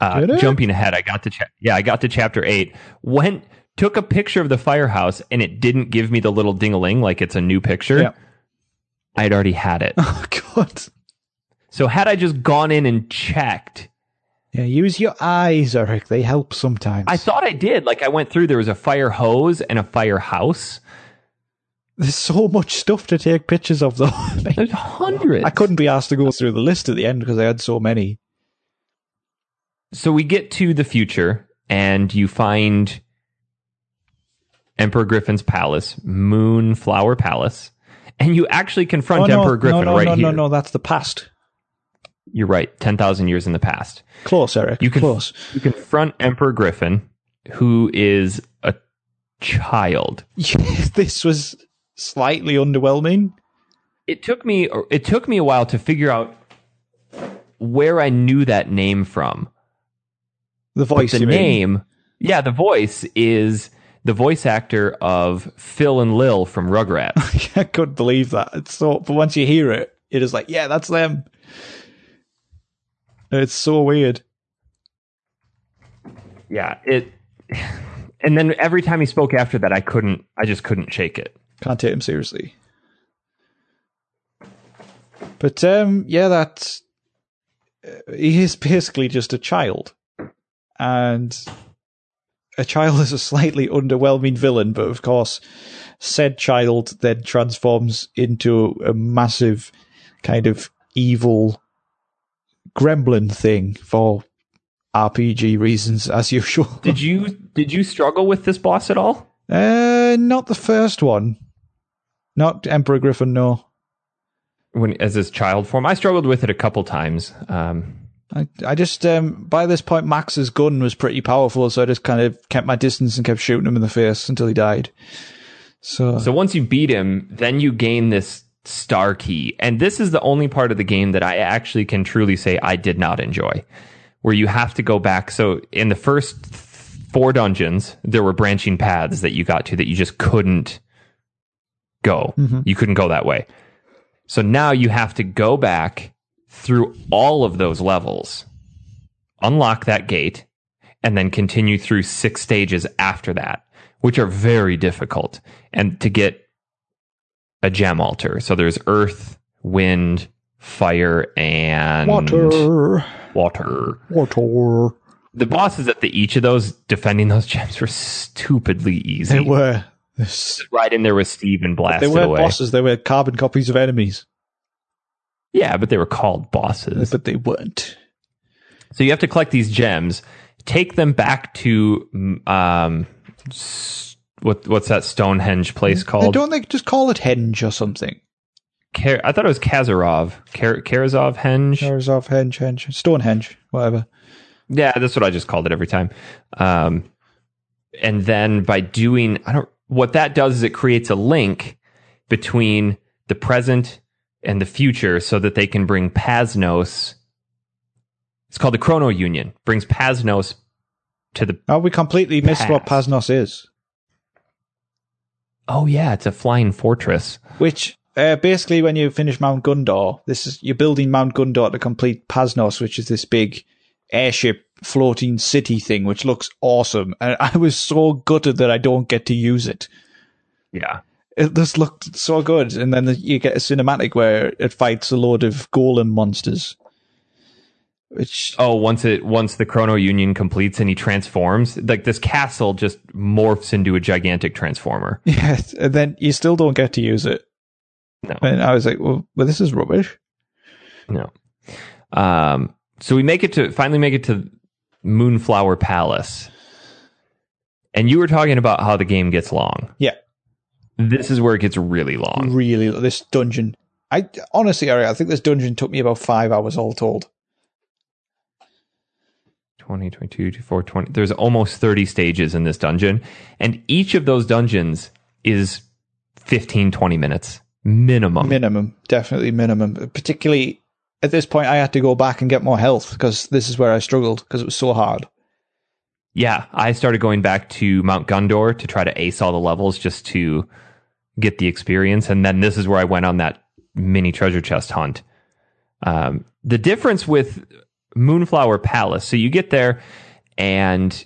Uh,
Did it?
Jumping ahead, I got to cha- yeah, I got to chapter eight. Went took a picture of the firehouse, and it didn't give me the little ding-a-ling like it's a new picture.
Yeah.
I had already had it.
Oh, God.
so had I just gone in and checked,
Yeah, use your eyes, Eric. They help sometimes.
I thought I did. Like I went through, there was a fire hose and a firehouse.
There's so much stuff to take pictures of, though. Like,
There's hundreds.
I couldn't be asked to go through the list at the end because I had so many.
So we get to the future, and you find Emperor Griffin's palace, Moonflower Palace, and you actually confront
Oh, no,
Emperor Griffin
no, no,
right
no,
here.
no, no, that's the past.
You're right, ten thousand years in the past.
Close, Eric.
You can-
Close.
You confront Emperor Griffin, who is a child.
this was slightly underwhelming.
It took me it took me a while to figure out where I knew that name from.
The voice,
the
you mean.
name, yeah, the voice is the voice actor of Phil and Lil from Rugrats.
I couldn't believe that. It's so, but once you hear it, it is like, yeah, that's them. It's so weird.
yeah, it. And then every time he spoke after that, I couldn't. I just couldn't shake it.
Can't take him seriously. But um, yeah, that uh, he is basically just a child, and a child is a slightly underwhelming villain. But of course, said child then transforms into a massive kind of evil gremlin thing for RPG reasons, as usual.
Did you Did you struggle with this boss at all?
Uh, not the first one. Not Emperor Griffin, no.
When as his child form, I struggled with it a couple times. Um,
I, I just um, by this point Max's gun was pretty powerful, so I just kind of kept my distance and kept shooting him in the face until he died. So,
So once you beat him, then you gain this star key. And this is the only part of the game that I actually can truly say I did not enjoy, where you have to go back. So in the first th- four dungeons, there were branching paths that you got to that you just couldn't go. You couldn't go that way. So now you have to go back through all of those levels, unlock that gate, and then continue through six stages after that, which are very difficult. And to get a gem altar. So there's earth, wind, fire, and
water,
water.
Hmm. water.
The bosses at the, each of those defending those gems were stupidly easy.
They were this,
right in there with Steve and blasted
they weren't
away.
bosses. They were carbon copies of enemies,
Yeah, but they were called bosses.
but they weren't.
So you have to collect these gems, take them back to mm, um, s- what what's that Stonehenge place
They
called?
don't they just call it henge or something?
Ka- I thought it was Kazarov, Kar- Karazov Henge.
Off henge, henge, Stonehenge, whatever.
Yeah, that's what I just called it every time. Um, and then by doing, I don't. What that does is it creates a link between the present and the future, so that they can bring Pasnos. It's called the Chrono Union. Brings Pasnos to the.
Oh, we completely missed what
Pass.
Pasnos is.
Oh yeah, it's a flying fortress.
Which uh, basically, when you finish Mount Gundor, this is you're building Mount Gundor to complete Pasnos, which is this big airship floating city thing, which looks awesome. And I was so gutted that I don't get to use it.
Yeah,
It just looked so good, and then you get a cinematic where it fights a load of golem monsters, which
oh once it once the chrono union completes and he transforms like this castle just morphs into a gigantic transformer
yeah, and then you still don't get to use it.
No.
And I was like, well, well this is rubbish.
no um so we make it to finally make it to moonflower palace and you were talking about how the game gets long
Yeah.
this is where it gets really long
really this dungeon. I honestly, Ari, I think this dungeon took me about five hours all told.
20 22 24 20 there's almost 30 stages in this dungeon and each of those dungeons is 15 20 minutes minimum
Minimum, definitely minimum. Particularly at this point, I had to go back and get more health because this is where I struggled because it was so hard.
Yeah, I started going back to Mount Gundor to try to ace all the levels just to get the experience, and then this is where I went on that mini treasure chest hunt. Um, the difference with Moonflower Palace, so you get there, and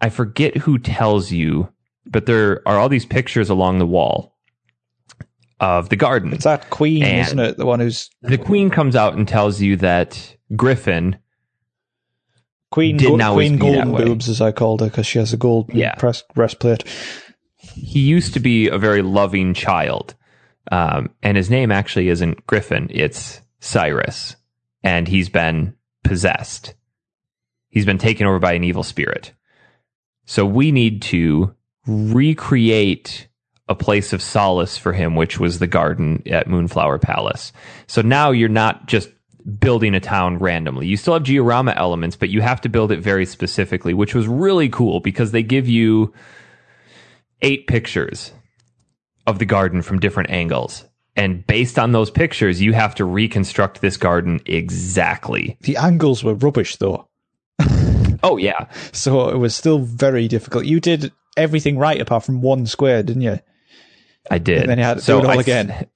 I forget who tells you, but there are all these pictures along the wall of the garden
It's that queen,
And-
isn't it? The one who's
the queen comes out and tells you that Griffin
queen,
Didn't
go-
always
queen
be that
golden
way.
boobs, as I called her, because she has a gold
Yeah.
press breastplate.
he used to be a very loving child. Um, and his name actually isn't Griffin, it's Cyrus. And he's been possessed. He's been taken over by an evil spirit. So we need to recreate a place of solace for him, which was the garden at Moonflower Palace. So now you're not just building a town randomly. You still have Georama elements, but you have to build it very specifically, which was really cool because they give you eight pictures of the garden from different angles. And based on those pictures, you have to reconstruct this garden exactly.
The angles were rubbish though,
Oh, yeah.
so it was still very difficult. You did everything right apart from one square, didn't you?
I did.
And then you had to do it all again.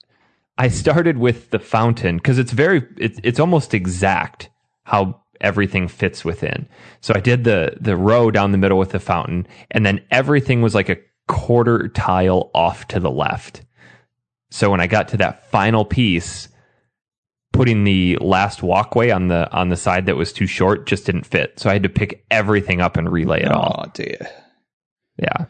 I started with the fountain because it's very it, it's almost exact how everything fits within. So I did the the row down the middle with the fountain, and then everything was like a quarter tile off to the left. So when I got to that final piece, putting the last walkway on the on the side that was too short just didn't fit. So I had to pick everything up and relay it all.
Oh dear.
Yeah.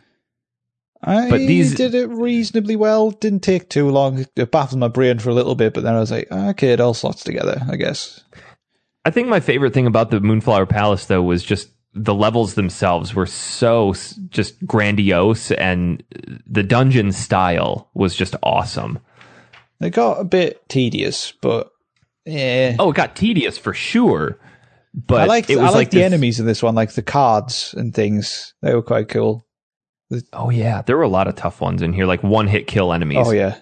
I
But these-
did it reasonably well. Didn't take too long. It baffled my brain for a little bit, but then I was like, "Ah, okay, it all slots together, I guess.
I think my favorite thing about the Moonflower Palace, though, was just the levels themselves were so s- just grandiose, and the dungeon style was just awesome.
It got a bit tedious, but yeah.
Oh, it got tedious for sure, but
I liked
it
I
was
liked
like
the
this-
enemies in this one, like the cards and things. They were quite cool.
Oh yeah, there were a lot of tough ones in here, like one hit kill enemies.
Oh yeah,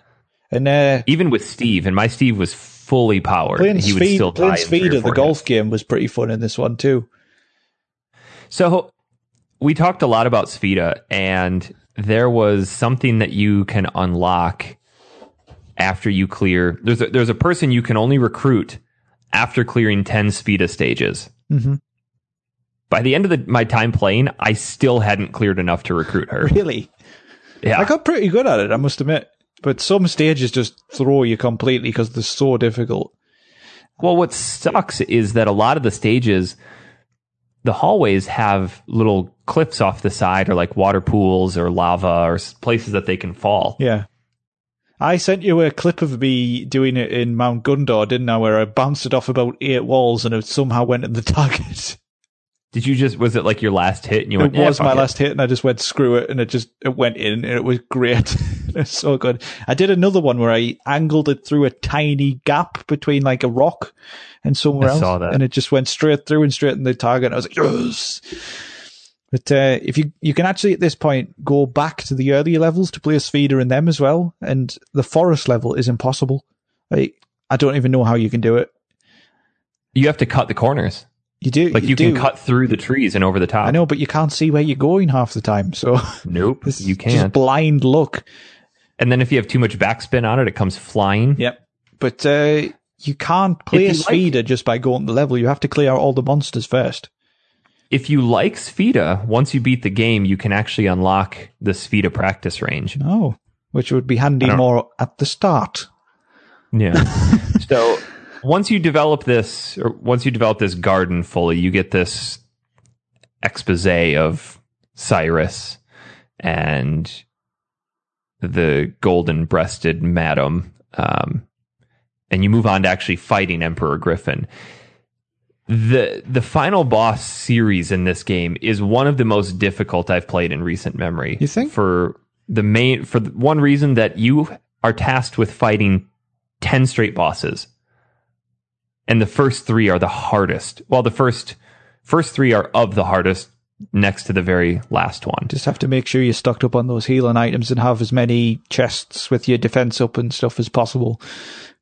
and uh,
Even with Steve, and my Steve was fully powered.
playing
and he would
speed,
still die.
playing
in three
speed
or
at the
four
golf game was pretty fun in this one too.
So we talked a lot about Sveta, and there was something that you can unlock after you clear. There's a, there's a person you can only recruit after clearing ten Sveta stages.
Mm-hmm.
By the end of the, my time playing, I still hadn't cleared enough to recruit her.
Really,
Yeah,
I got pretty good at it, I must admit. But some stages just throw you completely because they're so difficult.
Well, what sucks is that a lot of the stages, the hallways have little cliffs off the side, or like water pools, or lava, or s- places that they can fall.
Yeah. I sent you a clip of me doing it in Mount Gundor, didn't I? Where I bounced it off about eight walls and it somehow went at the target.
Did you just was it like your last hit? And you
it
went, "Eh,
was my
fuck it."
last hit, and I just went screw it, and it just it went in, and it was great. it was so good. I did another one where I angled it through a tiny gap between like a rock and somewhere
I
else,
saw that.
and it just went straight through and straight in the target. And I was like, yes. But uh, if you you can actually at this point go back to the earlier levels to play a speeder in them as well, and the forest level is impossible. Like I don't even know how you can do it.
You have to cut the corners.
You do
Like you, can
do.
cut through the trees and over the top.
I know, but you can't see where you're going half the time. So
Nope.
it's
You
just
can't.
blind look.
and then if you have too much backspin on it, it comes flying.
Yep. But uh, you can't play
you
a
like-
speeder just by going to the level. You have to clear out all the monsters first.
If you like Sfida, once you beat the game, you can actually unlock the Sfida practice range.
Oh, which would be handy
I don't-
more at the start.
Yeah. so once you develop this, or once you develop this garden fully, you get this expose of Cyrus and the golden breasted madam. Um, and you move on to actually fighting Emperor Griffin. The the final boss series in this game is one of the most difficult I've played in recent memory.
You think?
For the main for the one reason that you are tasked with fighting 10 straight bosses. And the first 3 are the hardest. Well, the first first 3 are of the hardest next to the very last one.
Just have to make sure you're stocked up on those healing items and have as many chests with your defense up and stuff as possible.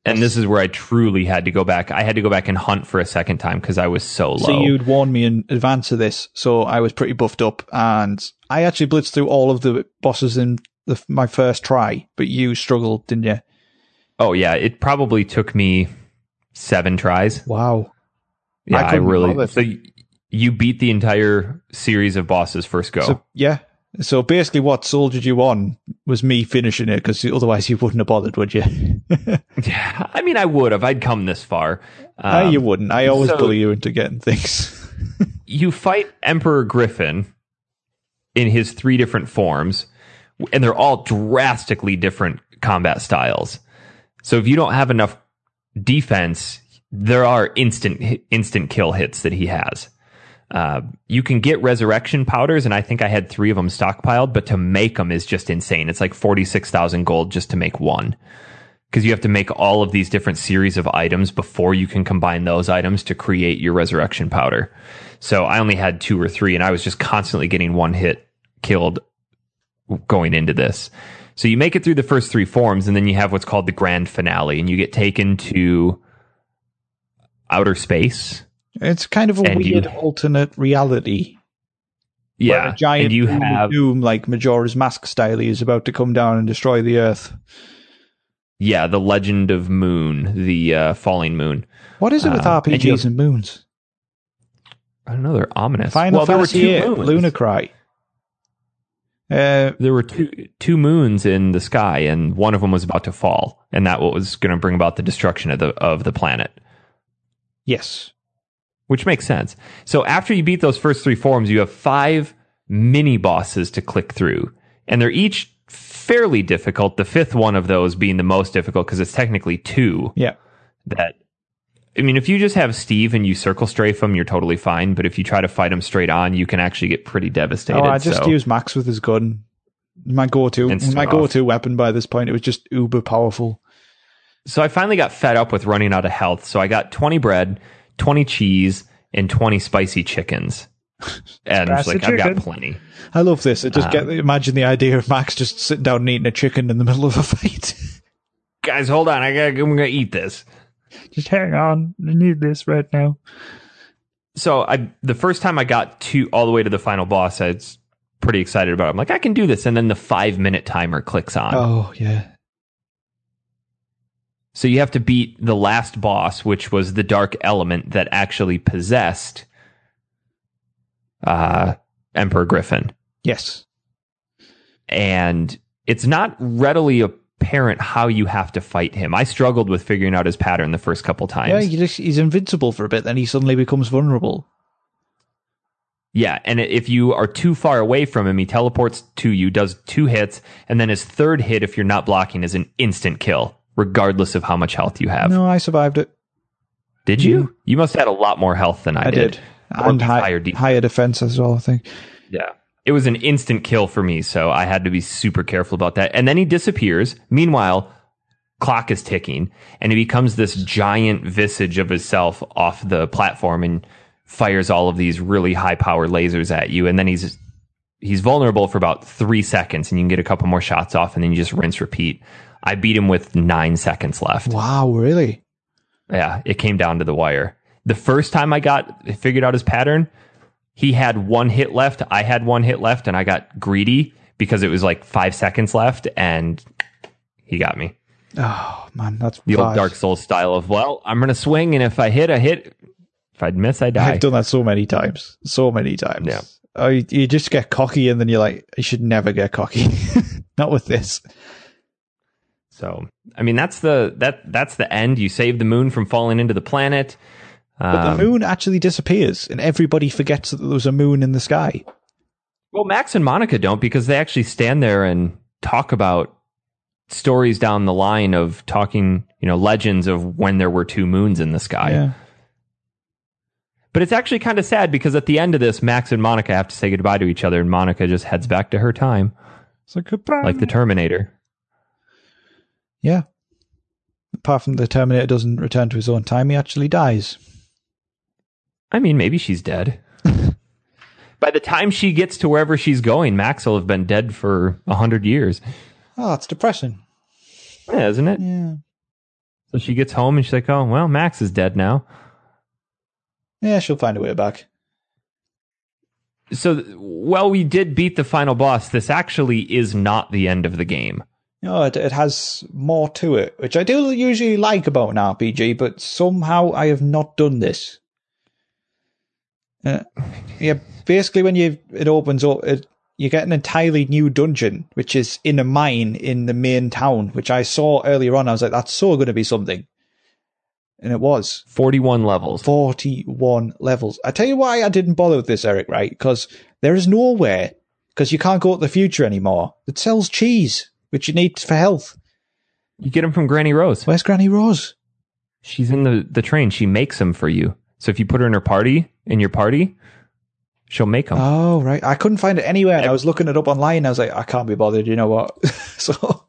And this is where I truly had to go back. I had to go back and hunt for a second time because I was so low.
So you'd warned me in advance of this, so I was pretty buffed up, and I actually blitzed through all of the bosses in the, my first try. But you struggled, didn't you?
oh yeah, it probably took me seven tries.
Wow.
Yeah, I,
couldn't
really.
bother.
So you, you beat the entire series of bosses first go.
So yeah. So basically, what soldiered you on was me finishing it because otherwise you wouldn't have bothered, would you?
yeah, I mean, I would have. I'd come this far.
No,
Um,
you wouldn't. I always
so-
bully you into getting things.
you fight Emperor Griffin in his three different forms, and they're all drastically different combat styles. So if you don't have enough defense, there are instant instant kill hits that he has. Uh, you can get resurrection powders, and I think I had three of them stockpiled, but to make them is just insane. It's like 46,000 gold just to make one. Because you have to make all of these different series of items before you can combine those items to create your resurrection powder. So I only had two or three, and I was just constantly getting one hit killed going into this. So you make it through the first three forms, and then you have what's called the grand finale, and you get taken to outer space.
It's kind of a
And you-
weird alternate reality. where
Yeah,
a giant
and you
doom, of
have
doom like Majora's Mask style is about to come down and destroy the Earth.
yeah the Legend of Moon, the uh, falling moon.
What is it with
Uh, and you-
RPGs and, moons?
I don't know, they're ominous.
Final
well,
Fantasy
there were
VIII,
two moons.
Lunar Cry. Uh,
There were two two moons in the sky, and one of them was about to fall, and that what was going to bring about the destruction of the of the planet.
yes.
which makes sense. So after you beat those first three forms, you have five mini bosses to click through, and they're each fairly difficult. The fifth one of those being the most difficult because it's technically two.
Yeah.
That I mean, if you just have Steve and you circle strafe him, you're totally fine. But if you try to fight him straight on, you can actually get pretty devastated.
Oh, I just
so,
use Max with his gun. My go-to,
And
my
stuff.
go-to weapon by this point. It was just uber powerful.
so I finally got fed up with running out of health. So I got 20 bread, 20 cheese, and 20 spicy chickens. And I was
Spicy
like, I've got
chicken.
plenty.
I love this. I just
Um,
get imagine the idea of Max just sitting down and eating a chicken in the middle of a fight.
Guys, hold on. I gotta, I'm going to eat this.
just hang on, I need this right now.
so I the first time I got to all the way to the final boss, I was pretty excited about. It. I'm like, I can do this, and then the five minute timer clicks on.
Oh yeah,
So you have to beat the last boss, which was the dark element that actually possessed uh, Emperor Griffin,
yes.
and it's not readily apparent how you have to fight him. I struggled with figuring out his pattern the first couple times.
Yeah, you just, he's invincible for a bit, then he suddenly becomes vulnerable.
Yeah, and if you are too far away from him, he teleports to you, does two hits, and then his third hit, if you're not blocking, is an instant kill, regardless of how much health you have.
No, I survived it.
Did you? You must have had a lot more health than I,
I did,
Or
and high,
higher
higher,
defense.
defense as well. I think.
Yeah. It was an instant kill for me, so I had to be super careful about that. And then he disappears. Meanwhile, clock is ticking, and he becomes this giant visage of himself off the platform and fires all of these really high power lasers at you. And then he's he's vulnerable for about three seconds, and you can get a couple more shots off, and then you just rinse repeat. I beat him with nine seconds left.
Wow, really?
Yeah, it came down to the wire. The first time I got figured out his pattern, he had one hit left. I had one hit left, and I got greedy because it was like five seconds left, and he got me.
Oh man, that's
The old
vile.
Dark Souls style of well, I'm gonna swing, and if I hit, I hit. If I'd miss, I die.
I've done that so many times, so many times.
Yeah.
Oh, you, you just get cocky, and then you're like, you should never get cocky. Not with this.
So, I mean, that's the that that's the end. You save the moon from falling into the planet.
But
Um,
the moon actually disappears, and everybody forgets that there was a moon in the sky.
Well, Max and Monica don't because they actually stand there and talk about stories down the line of talking, you know, legends of when there were two moons in the sky.
yeah.
But it's actually kind of sad because at the end of this, Max and Monica have to say goodbye to each other, and Monica just heads back to her time,
It's like goodbye.
like the Terminator.
yeah. Apart from the Terminator doesn't return to his own time, he actually dies.
I mean, maybe she's dead. By the time she gets to wherever she's going, Max will have been dead for a hundred years,
Oh, that's depressing.
yeah, isn't it?
Yeah.
So she gets home and she's like, "Oh, well, Max is dead now."
Yeah, she'll find a way back.
so th- while we did beat the final boss, this actually is not the end of the game.
No, it, it has more to it, which I do usually like about an RPG, but somehow I have not done this. Uh, yeah, basically, when you it opens up, it, you get an entirely new dungeon, which is in a mine in the main town, which I saw earlier on. I was like, that's so going to be something. And it was.
41 levels.
41 levels. I tell you why I didn't bother with this, Eric, right? Because there is nowhere, because you can't go to the future anymore, that sells cheese, which you need for health.
You get them from Granny Rose.
Where's Granny Rose?
She's in the, the train. She makes them for you. So if you put her in her party, in your party, She'll make them.
Oh, right. I couldn't find it anywhere. and I was looking it up online. I was like, I can't be bothered. You know what? so,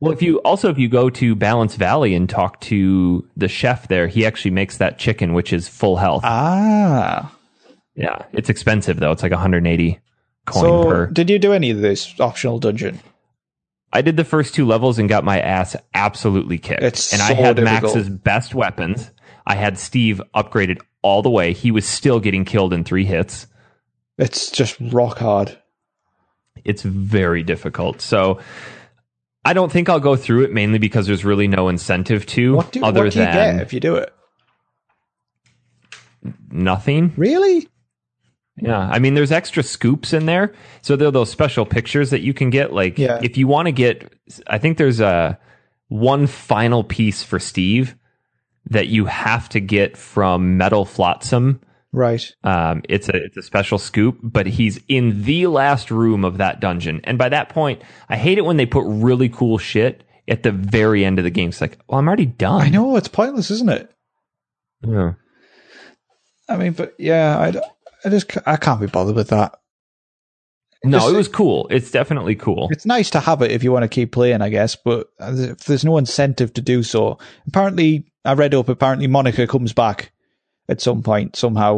well, if you also if you go to Balance Valley and talk to the chef there, he actually makes that chicken which is full health.
Uh, ah.
yeah, it's expensive though. It's like 180 coin
So,
per.
did you do any of this optional dungeon?
I did the first two levels and got my ass absolutely kicked.
It's
and I
so
had
difficult.
Max's best weapons. I had Steve upgraded all the way. He was still getting killed in three hits.
It's just rock hard.
It's very difficult. So I don't think I'll go through it mainly because there's really no incentive to
What do,
other
what do you
than
get if you do it?
nothing.
Really?
Yeah. I mean, there's extra scoops in there. So there are those special pictures that you can get. Like,
Yeah.
if you want to get, I think there's a one final piece for Steve that you have to get from Metal Flotsam.
Right.
Um, it's a it's a special scoop, but he's in the last room of that dungeon. And by that point, I hate it when they put really cool shit at the very end of the game. It's like, well, I'm already done.
I know. It's pointless, isn't it?
Yeah.
I mean, but yeah, I, d- I just c- I can't be bothered with that.
No,
Just-
it was cool. It's definitely cool.
It's nice to have it if you want to keep playing, I guess, but if there's no incentive to do so, apparently, I read up, apparently Monica comes back at some point somehow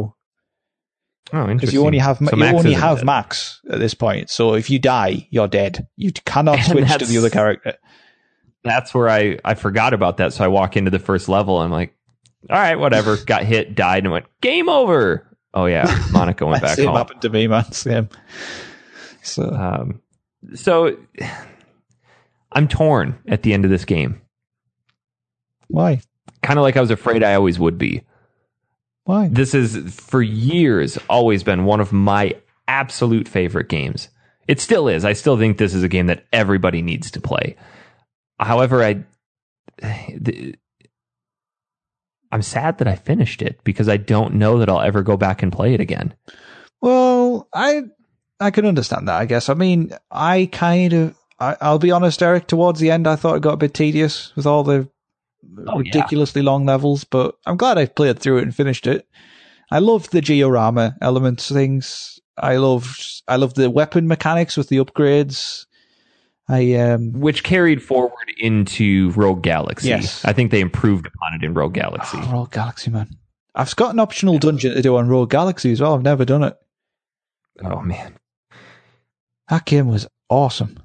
Oh, interesting.
because you only have
So
you
Max
only
isn't
have
dead.
Max at this point. So if you die, you're dead. You cannot
And
switch to
that's-
the other character.
that's where I I forgot about that. So I walk into the first level. I'm like, all right, whatever. Got hit, died, and went game over. Oh yeah, Monica went back
Same
home.
happened to me, man. Same. So
Um, so I'm torn at the end of this game.
why
Kind of like I was afraid I always would be.
why?
This is for years always been one of my absolute favorite games. It still is. I still think this is a game that everybody needs to play. However, I the- I'm sad that I finished it because I don't know that I'll ever go back and play it again.
Well, I I can understand that. I guess. I mean, I kind of. I, I'll be honest, Eric. Towards the end, I thought it got a bit tedious with all the
Oh, yeah.
ridiculously long levels, but I'm glad I played through it and finished it. I loved the georama elements things. I loved I loved the weapon mechanics with the upgrades. I um
Which carried forward into Rogue Galaxy.
Yes.
I think they improved upon it in Rogue Galaxy.
Oh, Rogue Galaxy, man. I've got an optional dungeon to do on Rogue Galaxy as well. I've never done it.
oh man.
That game was awesome.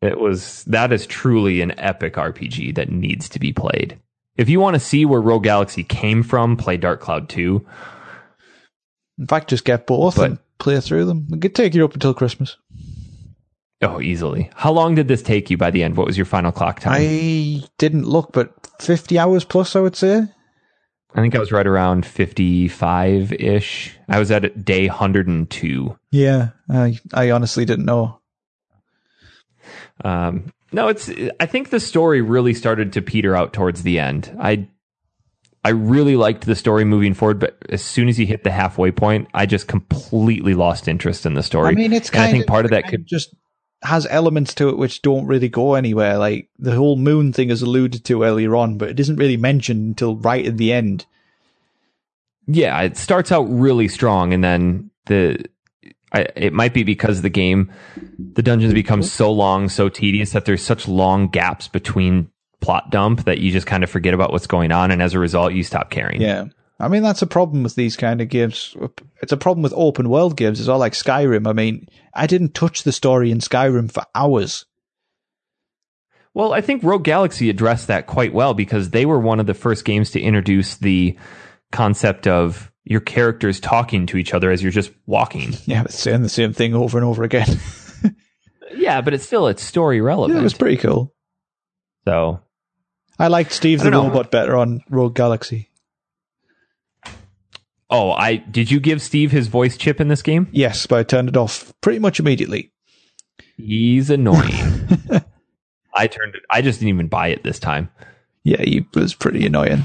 It was that is truly an epic RPG that needs to be played. If you want to see where Rogue Galaxy came from, play Dark Cloud 2.
In fact, just get both
But-
and play through them. It could take you up until Christmas.
Oh, easily. How long did this take you by the end? What was your final clock time?
I didn't look, but 50 hours plus, I would say.
I, think I was right around 55 ish. I was at day 102.
Yeah, I, I honestly didn't know.
Um, no, it's. I think the story really started to peter out towards the end. I, I really liked the story moving forward, but as soon as you hit the halfway point, I just completely lost interest in the story.
I mean, it's
And
kind
I think
of,
part of that
kind
could.
just has elements to it which don't really go anywhere. Like the whole moon thing is alluded to earlier on, but it isn't really mentioned until right at the end.
yeah, it starts out really strong, and then the I, it might be because the game, the dungeons become so long, so tedious that there's such long gaps between plot dump that you just kind of forget about what's going on, and as a result, you stop caring.
Yeah. I mean, that's a problem with these kind of games. It's a problem with open world games as well, like Skyrim. I mean, I didn't touch the story in Skyrim for hours.
Well, I think Rogue Galaxy addressed that quite well because they were one of the first games to introduce the concept of your characters talking to each other as you're just walking.
Yeah, it's saying the same thing over and over again.
Yeah, but it's still it's story relevant.
yeah, it was pretty cool.
so
I liked Steve
I
the
don't know.
Robot better on Rogue Galaxy.
Oh, I did you give Steve his voice chip in this game?
Yes, but I turned it off pretty much immediately.
He's annoying. I turned it I just didn't even buy it this time.
Yeah, he was pretty annoying.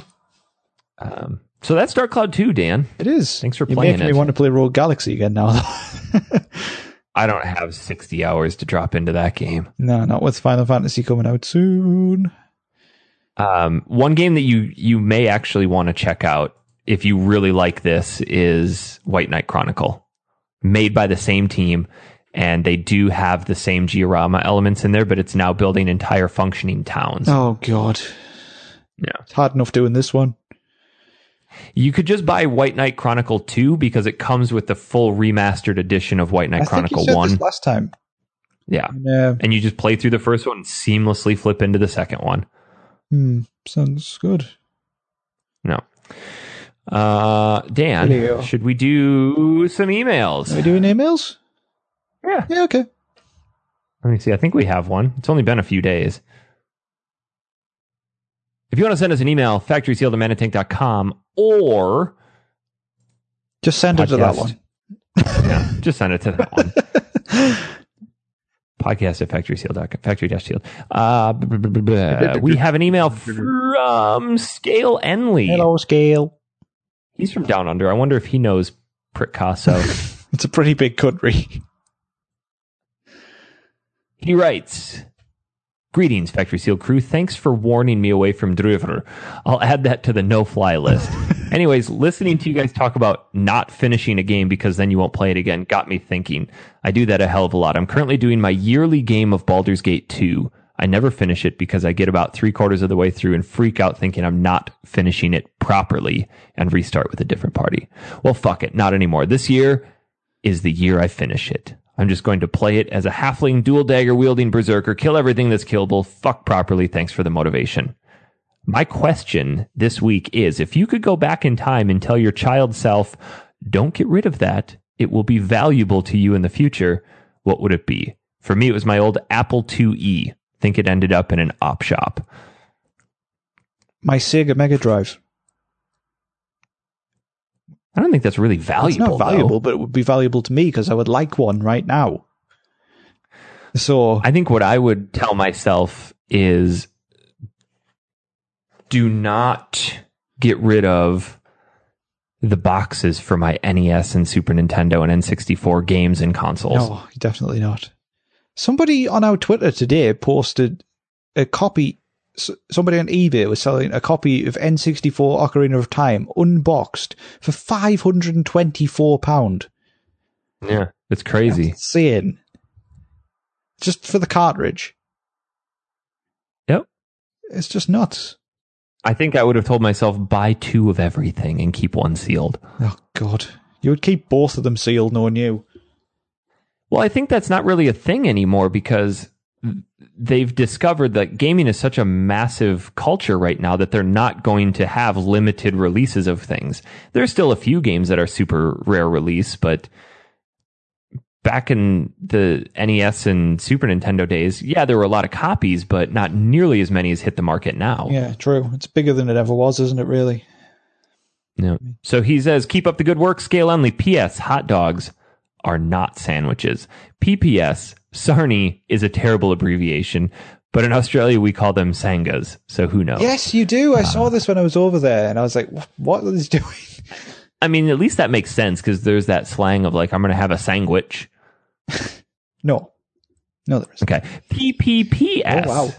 Um, so that's Dark Cloud 2, Dan.
It is.
Thanks for
You're
playing
making
it.
me want to play Rogue Galaxy again now. though.
I don't have 60 hours to drop into that game.
no, not with Final Fantasy coming out soon.
Um, one game that you you may actually want to check out if you really like this is White Knight Chronicle. made by the same team, and they do have the same Giorama elements in there, but it's now building entire functioning towns.
Oh god.
Yeah.
It's hard enough doing this one.
You could just buy White Knight Chronicle 2 because it comes with the full remastered edition of White Knight
I think you
Chronicle
said
1.
this last time. uh,
Yeah.
Yeah.
And you just play through the first one and seamlessly flip into the second one.
Hmm. Sounds good.
No. Uh, Dan,
Video.
should we do some emails?
Are we doing emails?
Yeah.
Yeah, okay.
Let me see. I think we have one. It's only been a few days. If you want to send us an email, factoryseal@manatank.com or
Just send it to that
Podcast.
one.
yeah, just send it to that one. Podcast at factoryseal.com, factory dash sealed. Uh, blah, blah, blah, blah. we have an email from Scale Enley.
Hello, Scale.
He's from down under. I wonder if he knows Picasso.
It's a pretty big country.
He writes Greetings, Factory Seal crew. Thanks for warning me away from Drüver. I'll add that to the no fly list. Anyways, listening to you guys talk about not finishing a game because then you won't play it again got me thinking. I do that a hell of a lot. I'm currently doing my yearly game of Baldur's Gate 2. I never finish it because I get about three quarters of the way through and freak out thinking I'm not finishing it properly and restart with a different party. Well, fuck it. Not anymore. This year, is the year I finish it. I'm just going to play it as a halfling dual dagger wielding berserker, kill everything that's killable, fuck properly, thanks for the motivation. My question this week is if you could go back in time and tell your child self, don't get rid of that, it will be valuable to you in the future, what would it be? For me, it was my old Apple IIe. Think it ended up in an op shop.
My Sega Mega Drive.
I don't think that's really
It's
valuable.
not
though.
valuable, but it would be valuable to me because I would like one right now. So
I think what I would tell myself is do not get rid of the boxes for my NES and Super Nintendo and N64 games and consoles.
No, definitely not. Somebody on our Twitter today posted a copy. s- Somebody on eBay was selling a copy of N64 Ocarina of Time unboxed for five hundred and twenty-four pound.
Yeah. It's crazy.
Insane. Just for the cartridge.
Yep.
It's just nuts.
I think I would have told myself buy two of everything and keep one sealed.
Oh God, you would keep both of them sealed, knowing you.
Well, I think that's not really a thing anymore because they've discovered that gaming is such a massive culture right now that they're not going to have limited releases of things. There's still a few games that are super rare release, but back in the NES and Super Nintendo days, yeah, there were a lot of copies, but not nearly as many as hit the market now.
Yeah, true. It's bigger than it ever was, isn't it? Really.
No. So he says, keep up the good work, scale only. P.S. Hot dogs are not sandwiches. P.P.S. Sarnie is a terrible abbreviation, but in Australia we call them sangas. So who knows?
Yes, you do. I saw this when I was over there, and I was like, "Wh- "What are these doing?"
I mean, at least that makes sense because there's that slang of like, I'm going to have a sandwich.
No, no, there isn't.
Okay. P.P.P.S.
Oh wow,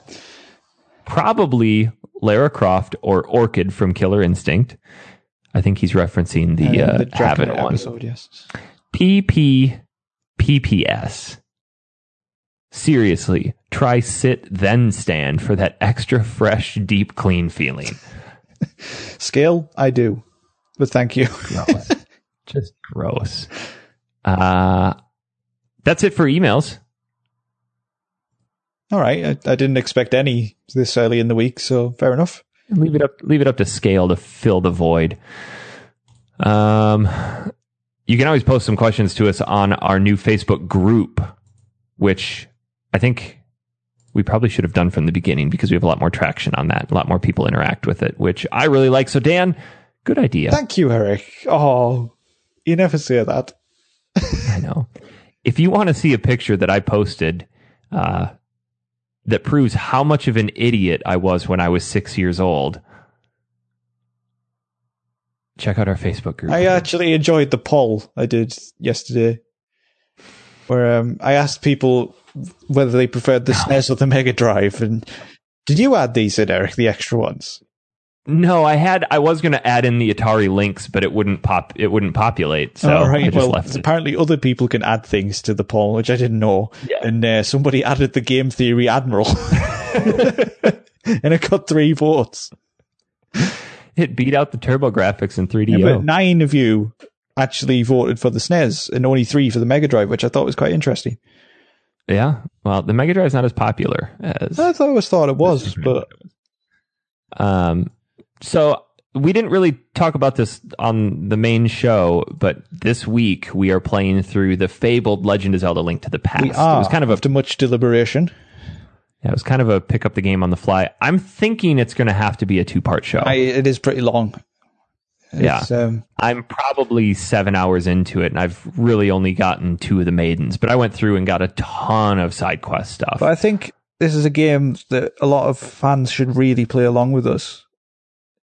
Probably Lara Croft or Orchid from Killer Instinct. I think he's referencing the,
And
uh,
Dragon
Habit
Knight
one.
episode, yes.
PPPPS. Seriously, try sit then stand for that extra fresh, deep clean feeling.
Scale, I do, but thank you.
Just gross. Uh, that's it for emails.
All right, I, I didn't expect any this early in the week, so fair enough.
Leave it up. Leave it up to scale to fill the void. Um, you can always post some questions to us on our new Facebook group, which I think we probably should have done from the beginning because we have a lot more traction on that. A lot more people interact with it, which I really like. So Dan, good idea.
Thank you, Eric. Oh, you never say that.
I know. If you want to see a picture that I posted uh, that proves how much of an idiot I was when I was six years old, check out our Facebook group.
I uh, actually enjoyed the poll I did yesterday, where um, I asked people whether they preferred the SNES or the Mega Drive, and did you add these in, Eric? The extra ones?
No, I had I was going to add in the Atari links, but it wouldn't pop. It wouldn't populate. So
All Oh, right.
I just
well,
left. It.
apparently other people can add things to the poll, which I didn't know.
Yeah.
And uh, somebody added the game theory admiral, and it got three votes.
It beat out the TurboGrafx and 3DO.
but nine of you actually voted for the SNES, and only three for the Mega Drive, which I thought was quite interesting.
yeah. Well, the Mega Drive's not as popular as.
I thought- I always thought it was, but
Um, so we didn't really talk about this on the main show, but this week we are playing through the fabled Legend of Zelda: Link to the Past.
we
It
are
was kind of a
after much deliberation.
yeah, it was kind of a pick up the game on the fly. I'm thinking it's going to have to be a two part show.
I, it is pretty long.
Yeah.
It's, um,
I'm probably seven hours into it, and I've really only gotten two of the maidens. But I went through and got a ton of side quest stuff.
but I think this is a game that a lot of fans should really play along with us.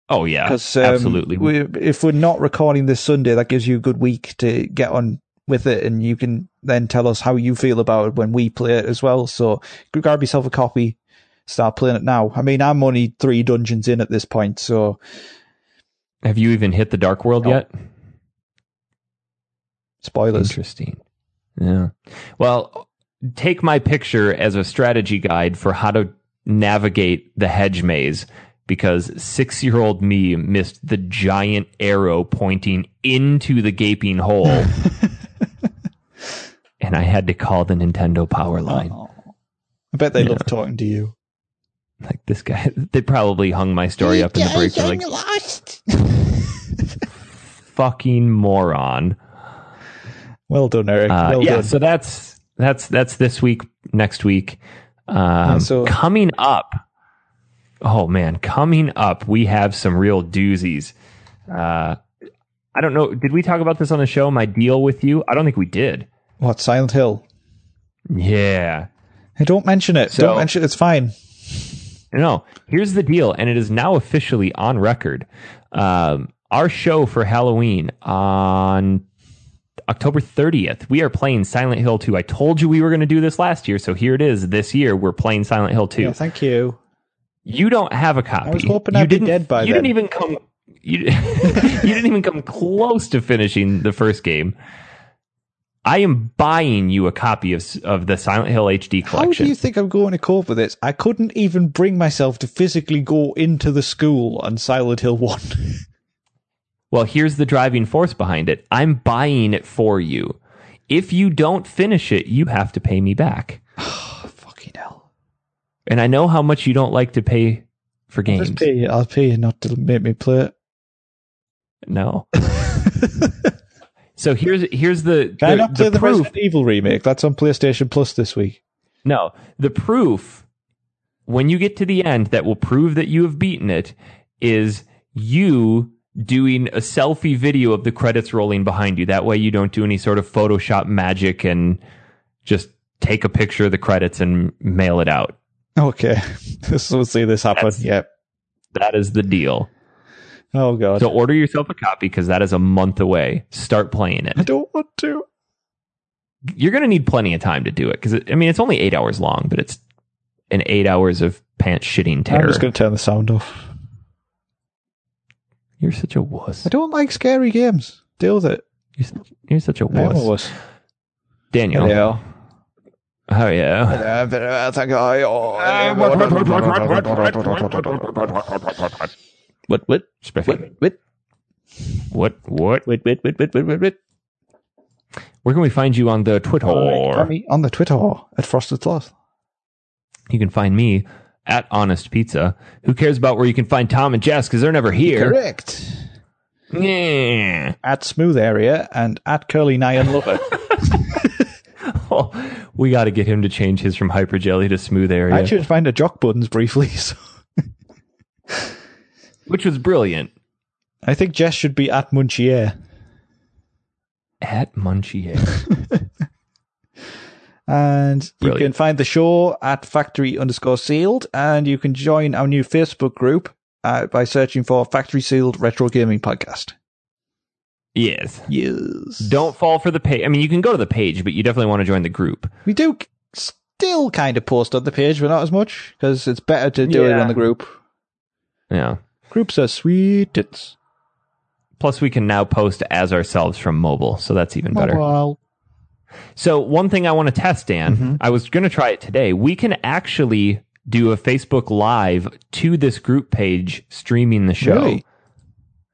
oh yeah,
because um,
absolutely.
we, if we're not recording this Sunday, that gives you a good week to get on with it, and you can then tell us how you feel about it when we play it as well. So grab yourself a copy, start playing it now. I mean, I'm only three dungeons in at this point, so
Have you even hit the dark world
No.
yet?
spoilers.
Interesting. Yeah. Well, take my picture as a strategy guide for how to navigate the hedge maze because six year old me missed the giant arrow pointing into the gaping hole. and I had to call the Nintendo power line.
Oh. I bet they
Yeah.
love talking to you.
Like this guy, they probably hung my story up in the break. They're like,
lost.
fucking moron.
Well done, Eric.
Uh,
well
yeah,
done.
so that's that's that's this week, next week. Um,
so-
coming up, oh man, coming up, we have some real doozies. Uh, I don't know. Did we talk about this on the show? My deal with you? I don't think we did.
What Silent Hill?
Yeah.
Hey, don't mention it.
So-
don't mention it. It's fine.
No, here's the deal, and it is now officially on record. Um, our show for Halloween on October 30th, we are playing Silent Hill 2. I told you we were going to do this last year, so here it is. This year, we're playing Silent Hill 2.
Yeah, thank you.
You don't have a copy.
was hoping
you
I'd be
didn't,
dead by
You
then.
didn't even come. You, you didn't even come close to finishing the first game. I am buying you a copy of s- of the Silent Hill HD
How
collection.
do you think I'm going to cope with this? I couldn't even bring myself to physically go into the school on Silent Hill 1.
Well, here's the driving force behind it. I'm buying it for you. If you don't finish it, you have to pay me back.
Oh, Fucking hell.
And I know how much you don't like to pay for games.
Just pay you. I'll pay you not to make me play it.
No. so here's here's the
Can I
the,
not play the,
the proof.
Resident Evil remake? That's on PlayStation Plus this week.
No, the proof when you get to the end that will prove that you have beaten it is you doing a selfie video of the credits rolling behind you. That way you don't do any sort of Photoshop magic and just take a picture of the credits and mail it out.
Okay. This will see this happen.
That's-
Yep.
That is the deal.
Oh, God.
So order yourself a copy because that is a month away. Start playing
I
it.
don't want to.
You're going to need plenty of time to do it because, I mean, it's only eight hours long, but it's an eight hours of pants shitting
I'm
terror.
just going to turn the sound off.
You're such a wuss.
I don't like scary games. Deal with it.
You're, su- you're such a
I am a
wuss.
wuss.
Daniel.
Hello.
Oh, yeah.
Uh, but, uh, thank you. I-
Ah,
oh, What? What? What? What?
What? What?
Wait, wait, wait, wait, wait, wait, wait.
Where can we find you on the Twitter?
Find me on the Twitter at Frosted Sloth.
You can find me at Honest Pizza. Who cares about where you can find Tom and Jess because they're never here?
Correct.
Yeah.
At Smooth Area and at Curly Nyan Lover.
Oh, we got to get him to change his from Hyper Jelly to Smooth Area,
I should find a Jock Buttons briefly. So
which was brilliant.
I think Jess should be at Munchier.
At Munchie.
And you
Brilliant.
can find the show at factory underscore sealed. And you can join our new Facebook group uh, by searching for Factory Sealed Retro Gaming Podcast.
yes.
Yes.
Don't fall for the page. I mean, you can go to the page, but you definitely want to join the group.
We do k- still kind of post on the page, but not as much because it's better to do it
Yeah.
on the group.
Yeah.
Groups are sweet tits.
Plus, we can now post as ourselves from mobile, so that's even better.
Mobile.
So one thing I want to test, Dan,
Mm-hmm.
I was going to try it today. We can actually do a Facebook Live to this group page streaming the show.
Really?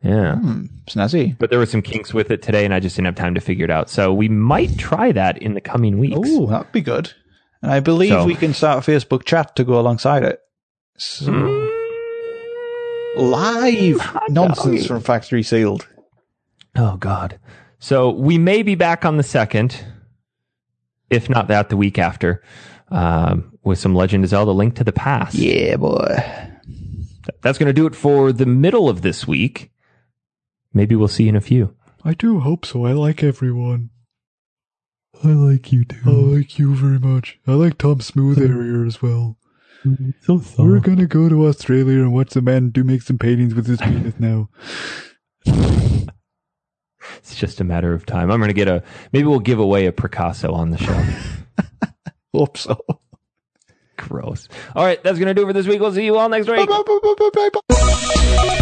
Yeah.
Hmm, snazzy.
But there were some kinks with it today, and I just didn't have time to figure it out. So we might try that in the coming weeks.
Oh, that'd be good. And I believe
So-
we can start a Facebook chat to go alongside it. So, Hmm. live nonsense from Factory Sealed.
Oh, God. So we may be back on the second, if not that, the week after, um, with some Legend of Zelda Link to the Past.
Yeah, boy.
That's going to do it for the middle of this week. Maybe we'll see you in a few.
I do hope so. I like everyone.
I like you
I
too.
like you very much. I like Tom Smooth Area as well.
so
We're
soft.
gonna go to Australia and watch the man do make some paintings with his penis now.
It's just a matter of time. I'm going to get a maybe we'll give away a Picasso on the show.
Hope so.
Gross. All right, that's going to do it for this week. We'll see you all next week.
Bye, bye, bye, bye, bye, bye.